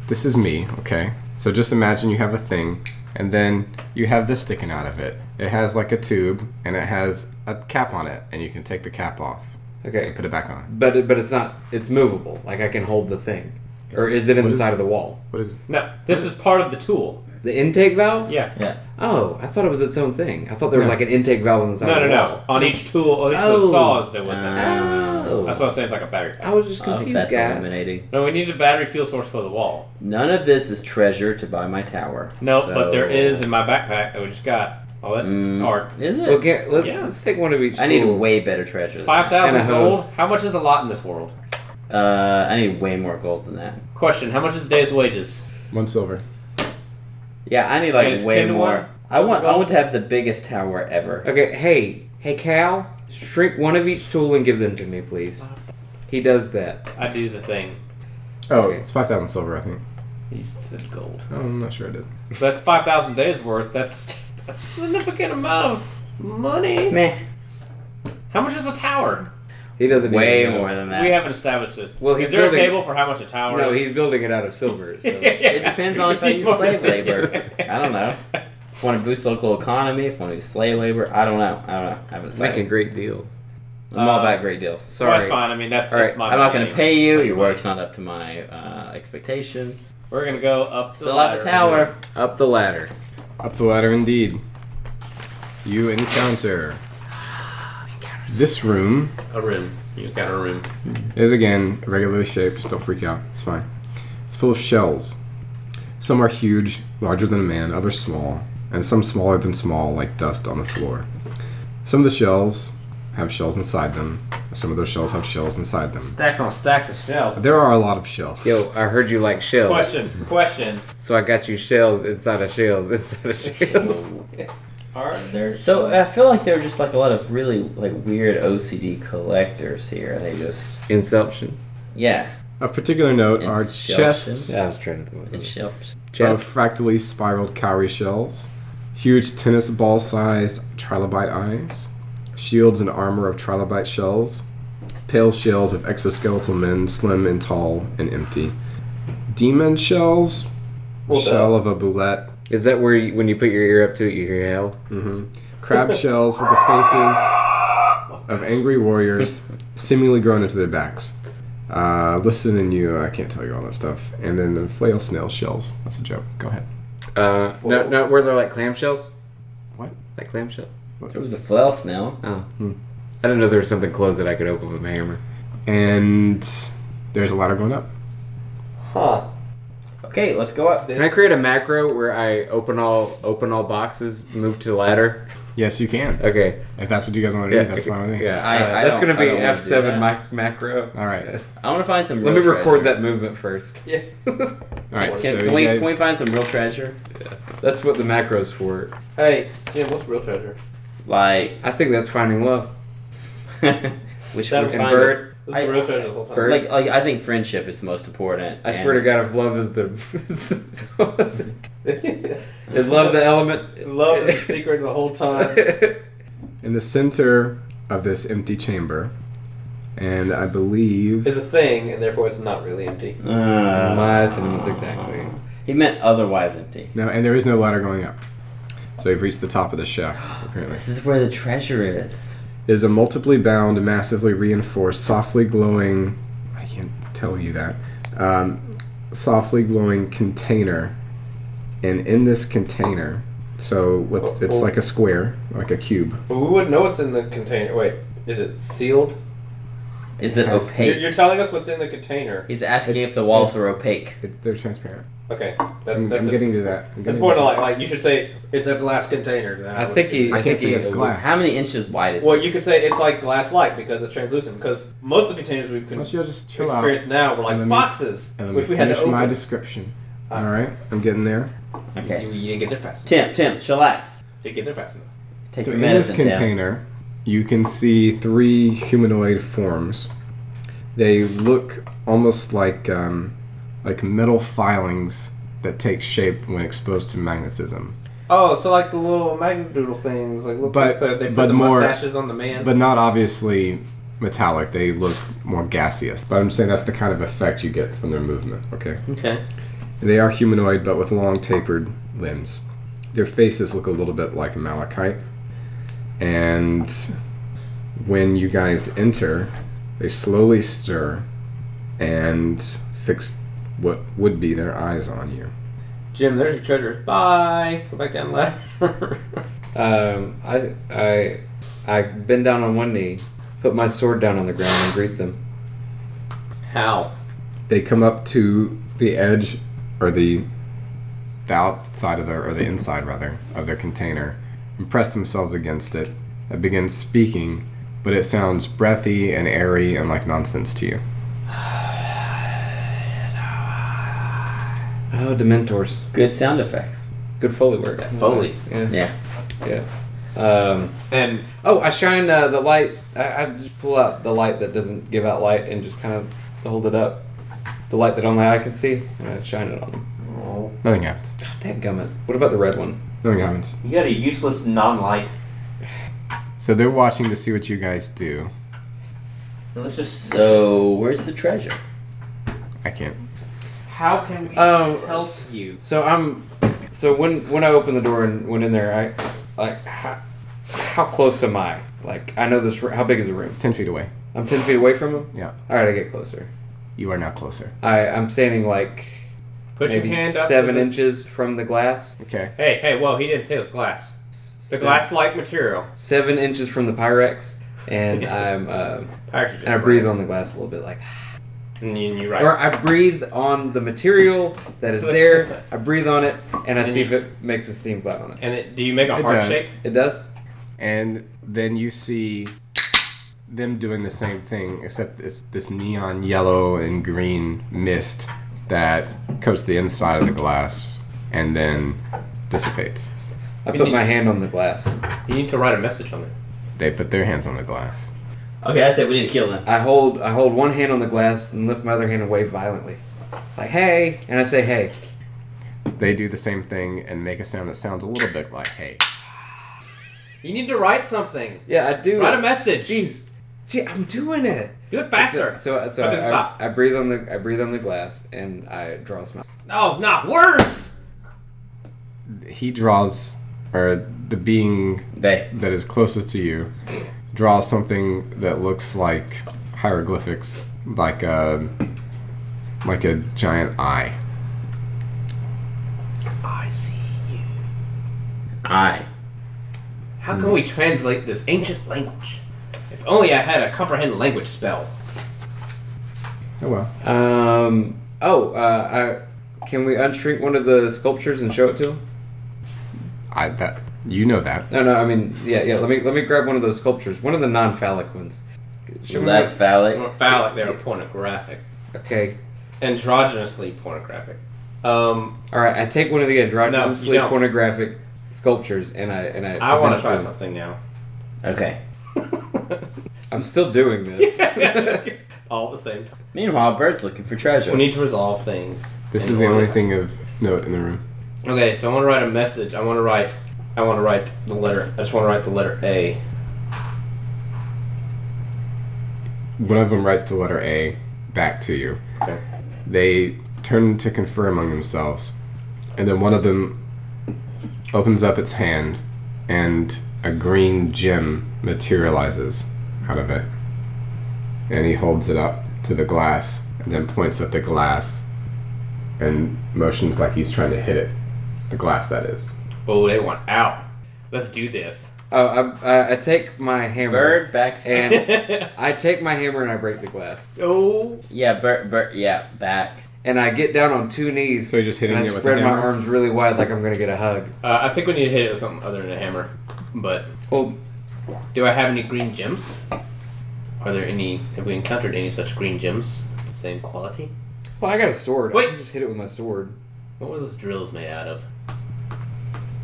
S1: this is me, okay? So just imagine you have a thing and then you have this sticking out of it. It has like a tube and it has a cap on it and you can take the cap off and
S6: Okay,
S1: put it back on.
S6: but it, but it's not. It's movable. Like I can hold the thing, or
S1: It's-
S6: is it in
S1: what
S6: the
S1: is-
S6: side of the wall?
S1: What is
S5: No, this is part of the tool.
S6: The intake valve.
S5: Yeah.
S4: Yeah.
S6: Oh, I thought it was its own thing. I thought there was
S1: No.
S6: like an intake valve on the side.
S5: No,
S6: of
S5: no,
S6: the
S5: no.
S6: wall.
S5: On each tool, on each of
S6: Oh.
S5: the saws, there was that.
S1: Ah.
S6: Oh,
S5: That's what I'm saying. It's like a battery.
S6: I
S5: Pack.
S6: was just
S4: I hope
S6: confused,
S4: Oh, that's
S6: guys.
S4: eliminating.
S5: No, we need a battery fuel source for the wall.
S4: None of this is treasure to buy my tower.
S5: No, but
S4: So-
S5: there is in my backpack that we just got all that
S4: Mm.
S5: art.
S4: Is it?
S6: Okay, let's,
S5: Yeah.
S6: let's take one of each.
S4: I need
S6: tool.
S4: way better treasure. Than
S5: Five
S6: And a
S5: thousand
S6: hose.
S5: gold. How much is a lot in this world?
S4: that. Uh, I need way more gold than that.
S5: Question: How much is a day's wages?
S1: one silver.
S4: Yeah, I need
S5: And
S4: like
S5: it's
S4: way
S5: 10 to
S4: more.
S5: one?
S4: I want. I
S5: Gold?
S4: want to have the biggest tower ever.
S6: Okay, hey, hey, Cal, shrink one of each tool and give them to me, please. He does that.
S5: I do the thing.
S1: Oh,
S6: Okay.
S1: it's 5000 silver, I think.
S5: He said gold.
S1: Oh, I'm not sure I did.
S5: So that's five thousand days worth. That's a significant amount of money.
S4: Meh.
S5: How much is a tower?
S6: He doesn't.
S4: Way
S6: even know.
S4: more than that.
S5: We haven't established this.
S6: Well,
S5: Well,
S6: he's
S5: is there
S6: building-
S5: a table for how much a tower
S6: No,
S5: is?
S6: he's building it out of silver. So.
S4: It depends on if I use slave labor. I don't know.
S5: know.
S4: If I want to boost local economy, if I want to do slave labor, I don't know. I don't know. I haven't
S9: Making
S4: decided.
S9: great deals.
S4: I'm all
S5: Uh,
S4: about great deals.
S5: Well, that's
S6: Sorry.
S5: fine. I mean, that's,
S6: All
S5: that's
S6: right.
S5: my.
S4: I'm not going to
S5: opinion.
S4: pay you. Your work's not up to my uh, expectation.
S5: We're gonna go up. The
S4: Still have a
S5: ladder.
S4: tower.
S9: Up the ladder.
S1: Up the ladder, indeed. You encounter. This room
S13: A room. You got a room.
S1: is again regularly shaped. Don't freak out. It's fine. It's full of shells. Some are huge, larger than a man, others small, and some smaller than small, like dust on the floor. Some of the shells have shells inside them. Some of those shells have shells inside them.
S5: Stacks on stacks of shells.
S1: There are a lot of shells.
S6: Yo, I heard you like shells,
S5: Question. Question.
S6: so I got you shells inside of shells inside of shells.
S5: All right.
S4: There. So I feel like there are just like a lot of really like weird OCD collectors here. They just
S6: Inception.
S4: yeah.
S1: of particular note
S4: And
S1: are
S4: shells.
S1: chests
S6: Yeah, I was trying to think.
S4: It
S6: of-
S4: ships.
S1: of
S6: Chest.
S1: fractally spiraled cowrie shells, huge tennis ball sized trilobite eyes, shields and armor of trilobite shells, pale shells of exoskeletal men, slim and tall and empty, demon shells, shell of a boulette,
S6: Is that where you, when you put your ear up to it, you hear hell?
S1: crab shells with the faces of angry warriors seemingly grown into their backs. Uh, listen and you, I can't tell you all that stuff. And then the flail snail shells. That's a joke. Go ahead.
S6: Uh, no, no, where they're like clamshells.
S1: What?
S6: Like clamshells?
S4: It was a flail snail.
S6: Oh, I didn't know there was something closed that I could open with my hammer.
S1: And there's a ladder going up.
S13: Huh.
S4: Okay, let's go up.
S6: Can I create a macro where I open all open all boxes, move to ladder?
S1: Yes, you can.
S6: Okay.
S1: If that's what you guys want to do,
S6: Yeah.
S1: that's fine with me.
S6: Yeah.
S4: I-
S6: uh,
S4: I
S6: that's
S4: don't-
S6: gonna be
S4: I don't wanna
S6: F seven
S4: do
S6: mic- macro.
S1: All right. All
S4: I want to find some.
S6: Let
S4: real
S6: me
S4: treasure.
S6: record that movement first.
S13: Yeah.
S1: right.
S4: Can,
S1: so
S4: can
S1: you
S4: we,
S1: guys-
S4: can we find some real treasure?
S6: That's what the macro's for.
S13: Hey, Jim, what's real treasure?
S4: Like,
S6: I think that's finding love.
S4: we should
S5: That'll
S6: And
S4: find it.
S6: bird,
S13: This is
S4: I-
S13: the real treasure the whole time.
S6: Bird.
S4: Like, like, I think friendship is the most important.
S6: I swear to God, if love is the is love the element,
S13: Love is the secret the whole time.
S1: In the center of this empty chamber, and I believe
S13: Is a thing, and therefore it's not really empty.
S4: God. Uh,
S6: My sentiments exactly.
S4: He meant otherwise empty.
S1: no, and there is no ladder going up. So you've reached the top of the shaft. Apparently,
S4: This is where the treasure is.
S1: it is a multiply bound, massively reinforced, softly glowing. I can't tell you that. Um, softly glowing container, and in this container, so what's
S4: Oh,
S1: it's like a square, like a cube.
S13: But we wouldn't know what's in the container. Wait, is it sealed?
S4: Is it
S1: Yes.
S5: You're,
S4: opaque?
S5: you're telling us what's in the container.
S4: He's asking
S1: It's-
S4: if the walls
S1: it's-
S4: are opaque.
S1: It's, they're transparent.
S5: Okay, that,
S1: I'm,
S5: that's
S1: I'm
S5: it.
S1: getting to that. I'm
S5: It's
S1: getting
S5: more
S1: to
S5: to like like you should say it's a glass container. Then
S9: I
S5: would
S9: think
S5: say.
S9: he.
S1: I
S9: I,
S1: can't
S9: think
S1: say
S9: he.
S1: it's glass.
S4: How many inches wide is
S5: Well,
S4: it?
S5: you could say it's like glass light because it's translucent. Because most of the containers we've
S1: Why
S5: con-
S1: don't you all just chill out?
S5: experienced now were
S1: And let
S5: like
S1: me-
S5: boxes,
S1: And let
S5: which we
S1: me
S5: had to
S1: finish
S5: open.
S1: my description.
S5: Uh,
S1: All right, I'm getting there.
S5: You,
S4: Okay.
S5: you didn't get there fast.
S4: Tim, Tim, chillax.
S5: You didn't get there fast enough.
S4: Take
S1: so
S4: your
S1: in this
S4: medicine, Tim.
S1: container, you can see three humanoid forms. They look almost like um, like metal filings that take shape when exposed to magnetism,
S5: Oh, so like the little magnadoodle things, like look,
S1: But-
S5: they put
S1: but
S5: the
S1: more-
S5: mustaches on the man.
S1: but not obviously metallic. They look more gaseous. But I'm saying that's the kind of effect you get from their movement. Okay.
S4: Okay.
S1: They are humanoid, but with long tapered limbs. Their faces look a little bit like malachite. And when you guys enter, they slowly stir and fix what would be their eyes on you.
S5: Jim, there's your treasure. Bye. Go back down the ladder.
S9: Um, I I I bend down on one knee, put my sword down on the ground, and greet them.
S5: How?
S1: They come up to the edge, or the, the outside of their, or the inside rather, of their container, and press themselves against it. It begins speaking, but it sounds breathy and airy and like nonsense to you.
S9: Oh, Dementors,
S4: Good sound effects.
S9: good foley work.
S5: Foley.
S9: Yeah.
S4: Yeah.
S9: Yeah. Um,
S5: And
S9: oh, I shine uh, the light. I, I just pull out the light that doesn't give out light and just kind of hold it up. The light that only I can see, and I shine it on them.
S1: Nothing happens.
S9: Damn gummit. What about the red one?
S1: Nothing happens.
S14: You got a useless non-light.
S1: So they're watching to see what you guys do.
S14: Let's just
S4: So where's the treasure?
S1: I can't.
S5: how can we
S9: Um,
S5: help you?
S9: So I'm. So when when I opened the door and went in there, I like how, how close am I? Like I know this. r- How big is the room?
S1: Ten feet away.
S9: I'm ten feet away from him.
S1: Yeah.
S9: All right, I get closer.
S1: You are now closer.
S9: I I'm standing like
S5: Put
S9: maybe
S5: your hand up. to
S9: seven
S5: the-
S9: inches from the glass.
S1: Okay.
S5: Hey, hey, whoa, he didn't say it was glass. The
S9: Seven-
S5: glass-like material.
S9: Seven inches from the Pyrex, and I'm uh,
S5: Actually,
S9: and I breathe on the glass a little bit, like
S5: And you- you're right.
S9: or I breathe on the material that is there. I breathe on it, and I
S5: And
S9: see
S5: you-
S9: if it makes a steam cloud on it.
S5: And it, do you make a
S1: It
S5: heart
S1: does.
S5: shape?
S9: It does.
S1: And then you see them doing the same thing, except it's this neon yellow and green mist that coats the inside of the glass and then dissipates.
S9: I
S5: You
S9: put
S5: need-
S9: my hand on the glass.
S5: You need to write a message on it.
S1: They put their hands on the glass.
S4: Okay, that's it. We didn't kill him.
S9: I hold I hold one hand on the glass and lift my other hand and wave violently. Like, hey, and I say hey.
S1: They do the same thing and make a sound that sounds a little bit like, hey.
S5: You need to write something.
S9: Yeah, I do.
S5: Write a message.
S9: Jeez. Gee, I'm doing it.
S5: Do it faster.
S9: So, so, so
S5: But
S9: I,
S5: then stop.
S9: I, I breathe on the I breathe on the glass and I draw a smile.
S5: No, not words.
S1: He draws, or the being
S4: They.
S1: that is closest to you draws something that looks like hieroglyphics, like a like a giant eye.
S4: I.
S5: How can we translate this ancient language? If only I had a comprehend language spell.
S1: Oh well.
S9: Um. Oh. Uh. I, can we unshrink one of the sculptures and show it to him?
S1: I that you know that.
S9: No, no. I mean, yeah, yeah. Let me let me grab one of those sculptures. One of the non-phallic ones. Show me
S4: Less
S5: I'm
S4: phallic.
S5: gonna file like they're pornographic,
S9: what- Okay.
S5: androgynously pornographic. Um,
S9: All right. I take one of the androgynously
S5: don't.
S9: pornographic sculptures and I and I.
S5: I want
S9: present it
S5: to try
S9: him.
S5: something now.
S4: Okay.
S9: I'm still doing this.
S5: All at the same time.
S4: Meanwhile, Bert's looking for treasure.
S5: We need to resolve things.
S1: This
S5: in
S1: is the
S5: order.
S1: only thing of note in the room.
S5: Okay, so I want to write a message. I want to write. I want to write the letter. I just want to write the letter A.
S1: One of them writes the letter A back to you.
S5: Okay.
S1: They turn to confer among themselves, and then one of them opens up its hand, and a green gem materializes out of it. And he holds it up to the glass, and then points at the glass, and motions like he's trying to hit it. The glass, that is.
S5: Oh, they want out. Let's do this.
S9: Oh, I, I, I take my hammer.
S4: Bird backs
S9: And I take my hammer and I break the glass.
S4: oh yeah, bird, bird, yeah, back.
S9: And I get down on two knees.
S1: So you're just hitting
S9: and I
S1: it with the
S9: spread my
S1: hammer?
S9: arms really wide like I'm going to get a hug.
S5: Uh, I think we need to hit it with something other than a hammer. But
S9: Well,
S5: do I have any green gems? Are there any? Have we encountered any such green gems? The same quality.
S9: well I got a sword. I
S5: Wait.
S9: can just hit it with my sword.
S5: What was those drills made out of?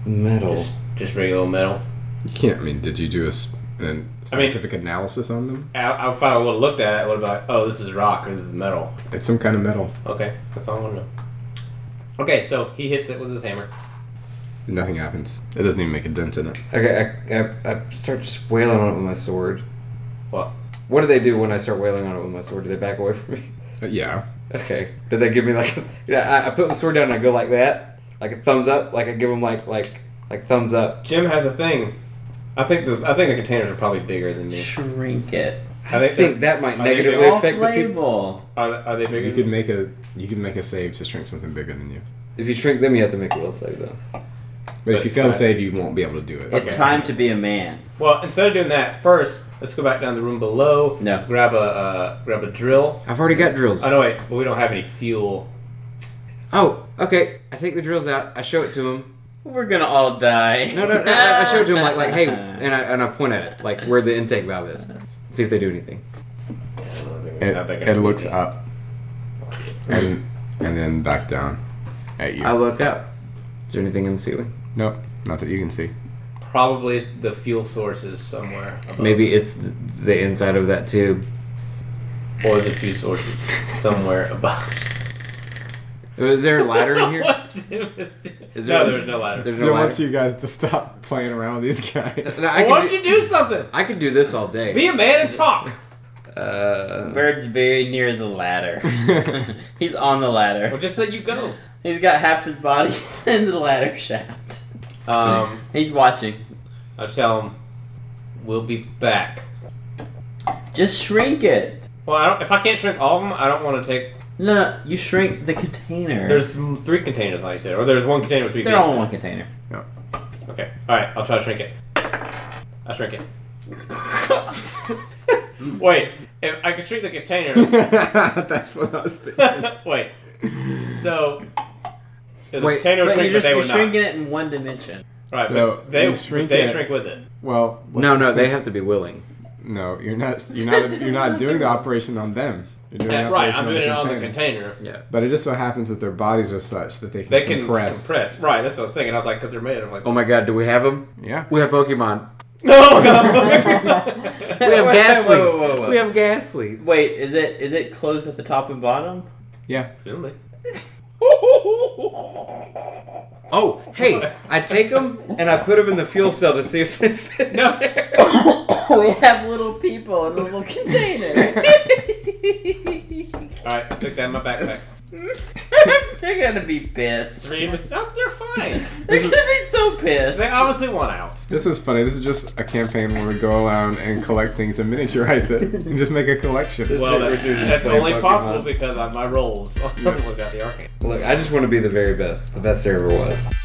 S9: Metal.
S5: Just, just regular metal.
S1: You can't. I mean, did you do a s- an scientific analysis on them?
S5: I, I if I would have looked at it. I would have like, oh, this is rock or this is metal.
S1: It's some kind of metal.
S5: Okay, that's all I want to know. Okay, so he hits it with his hammer.
S1: Nothing happens. It doesn't even make a dent in it.
S9: Okay, I, I, I start just wailing on it with my sword.
S5: What?
S9: What do they do when I start wailing on it with my sword? Do they back away from me?
S1: But Uh, yeah,
S9: Okay. Do they give me like? yeah, I, I put the sword down and I go like that, like a thumbs up. Like I give them like like like thumbs up.
S5: Jim has a thing. I think the I think the containers are probably bigger than me.
S4: Shrink it.
S5: Are
S9: I
S5: they-
S9: think that might
S5: I think
S9: negatively
S5: they all
S9: affect the people.
S4: label.
S5: Are, they- are they bigger?
S1: you
S5: than
S1: could
S5: me?
S1: make a you could make a save to shrink something bigger than you.
S9: If you shrink them, you have to make a will save though.
S1: But, if you fail to save, you won't be able to do it.
S4: It's
S5: Okay.
S4: time to be a man.
S5: Well, instead of doing that, first let's go back down the room below.
S4: No.
S5: Grab a uh, grab a drill.
S9: I've already got drills.
S5: Oh no, wait, but we don't have any fuel.
S9: Oh, okay. I take the drills out. I show it to him.
S4: We're gonna all die.
S9: No, no, no I, I show it to him like like hey, and I and I point at it like where the intake valve is. See if they do anything.
S1: It,
S5: Not that
S1: it
S5: gonna
S1: looks
S5: be-
S1: up and and then back down at you.
S9: I look up. Is there anything in the ceiling?
S1: nope, not that you can see.
S5: Probably the fuel source is somewhere. Above.
S6: Maybe it's th- the inside of that tube.
S5: Or the fuel source is somewhere above.
S9: Is there a ladder in here?
S5: What Jim is doing-
S9: Is there-
S5: no, there's no ladder.
S9: There's
S1: Joe
S9: no
S1: wants
S9: ladder.
S1: you guys to stop playing around with these guys.
S9: Listen, I
S5: Why
S9: could
S5: don't
S9: do,
S5: you do something?
S9: I could do this all day.
S5: Be a man and talk.
S9: Uh,
S4: Bird's very near the ladder. He's on the
S5: We'll
S4: ladder.
S5: just let you go.
S4: He's got half his body in the ladder shaft.
S5: Um,
S4: He's watching.
S5: I tell him we'll be back.
S4: Just shrink it.
S5: Well, I don't, if I can't shrink all of them, I don't want to take.
S4: No, no, you shrink the container.
S5: There's m- three containers, like you said, or there's one container with three.
S4: they're
S5: things
S4: all
S5: in
S4: in one
S5: it.
S4: container.
S5: Okay. All right. I'll try to shrink it. I shrink it. Wait. If I can shrink the container.
S1: That's what I was thinking.
S5: Wait. So. The
S9: Wait,
S5: container would
S4: But
S5: shrink,
S4: you're
S5: but
S4: just
S5: they
S4: you're
S5: would not.
S4: shrinking it in one dimension.
S5: Right,
S1: So,
S5: but they
S1: you
S5: would
S1: shrink
S5: they
S1: it.
S5: shrink with it.
S1: Well, let's
S9: no,
S1: just
S9: no, they
S1: think-
S9: have to be willing.
S1: No, you're not. You're not. You're not doing the operation on them. You're doing the
S5: right,
S1: operation
S5: I'm doing it on the
S1: container.
S5: container.
S1: But it just so happens that their bodies are such that they can,
S5: They can
S1: compress.
S5: compress. Right, that's what I was thinking. I was like, because they're made of like.
S9: Oh my god, do we have them?
S1: Yeah.
S9: We have Pokemon.
S5: No, God.
S9: We have
S4: Wait,
S9: Ghastlies.
S4: wait, wait, wait, wait.
S9: We have Ghastlies.
S4: Wait, is it is it closed at the top and bottom?
S1: Yeah.
S5: Really?
S9: Oh, hey, I take them and I put them in the fuel cell to see if they fit.
S5: No.
S4: we have little people in a little container.
S5: All right, stick that in my backpack.
S4: They're gonna be pissed.
S5: Three mis- no, they're fine.
S4: They're gonna be so pissed.
S5: They obviously want out.
S1: This is funny. This is just a campaign where we go around and collect things and miniaturize it and just make a collection.
S5: Well,
S9: We're
S5: that's,
S9: doing
S5: that's
S9: the
S5: only
S9: Pokemon.
S5: possible because of my rolls. Look at the arcade.
S9: Look, I just want to be the very best, the best there ever was.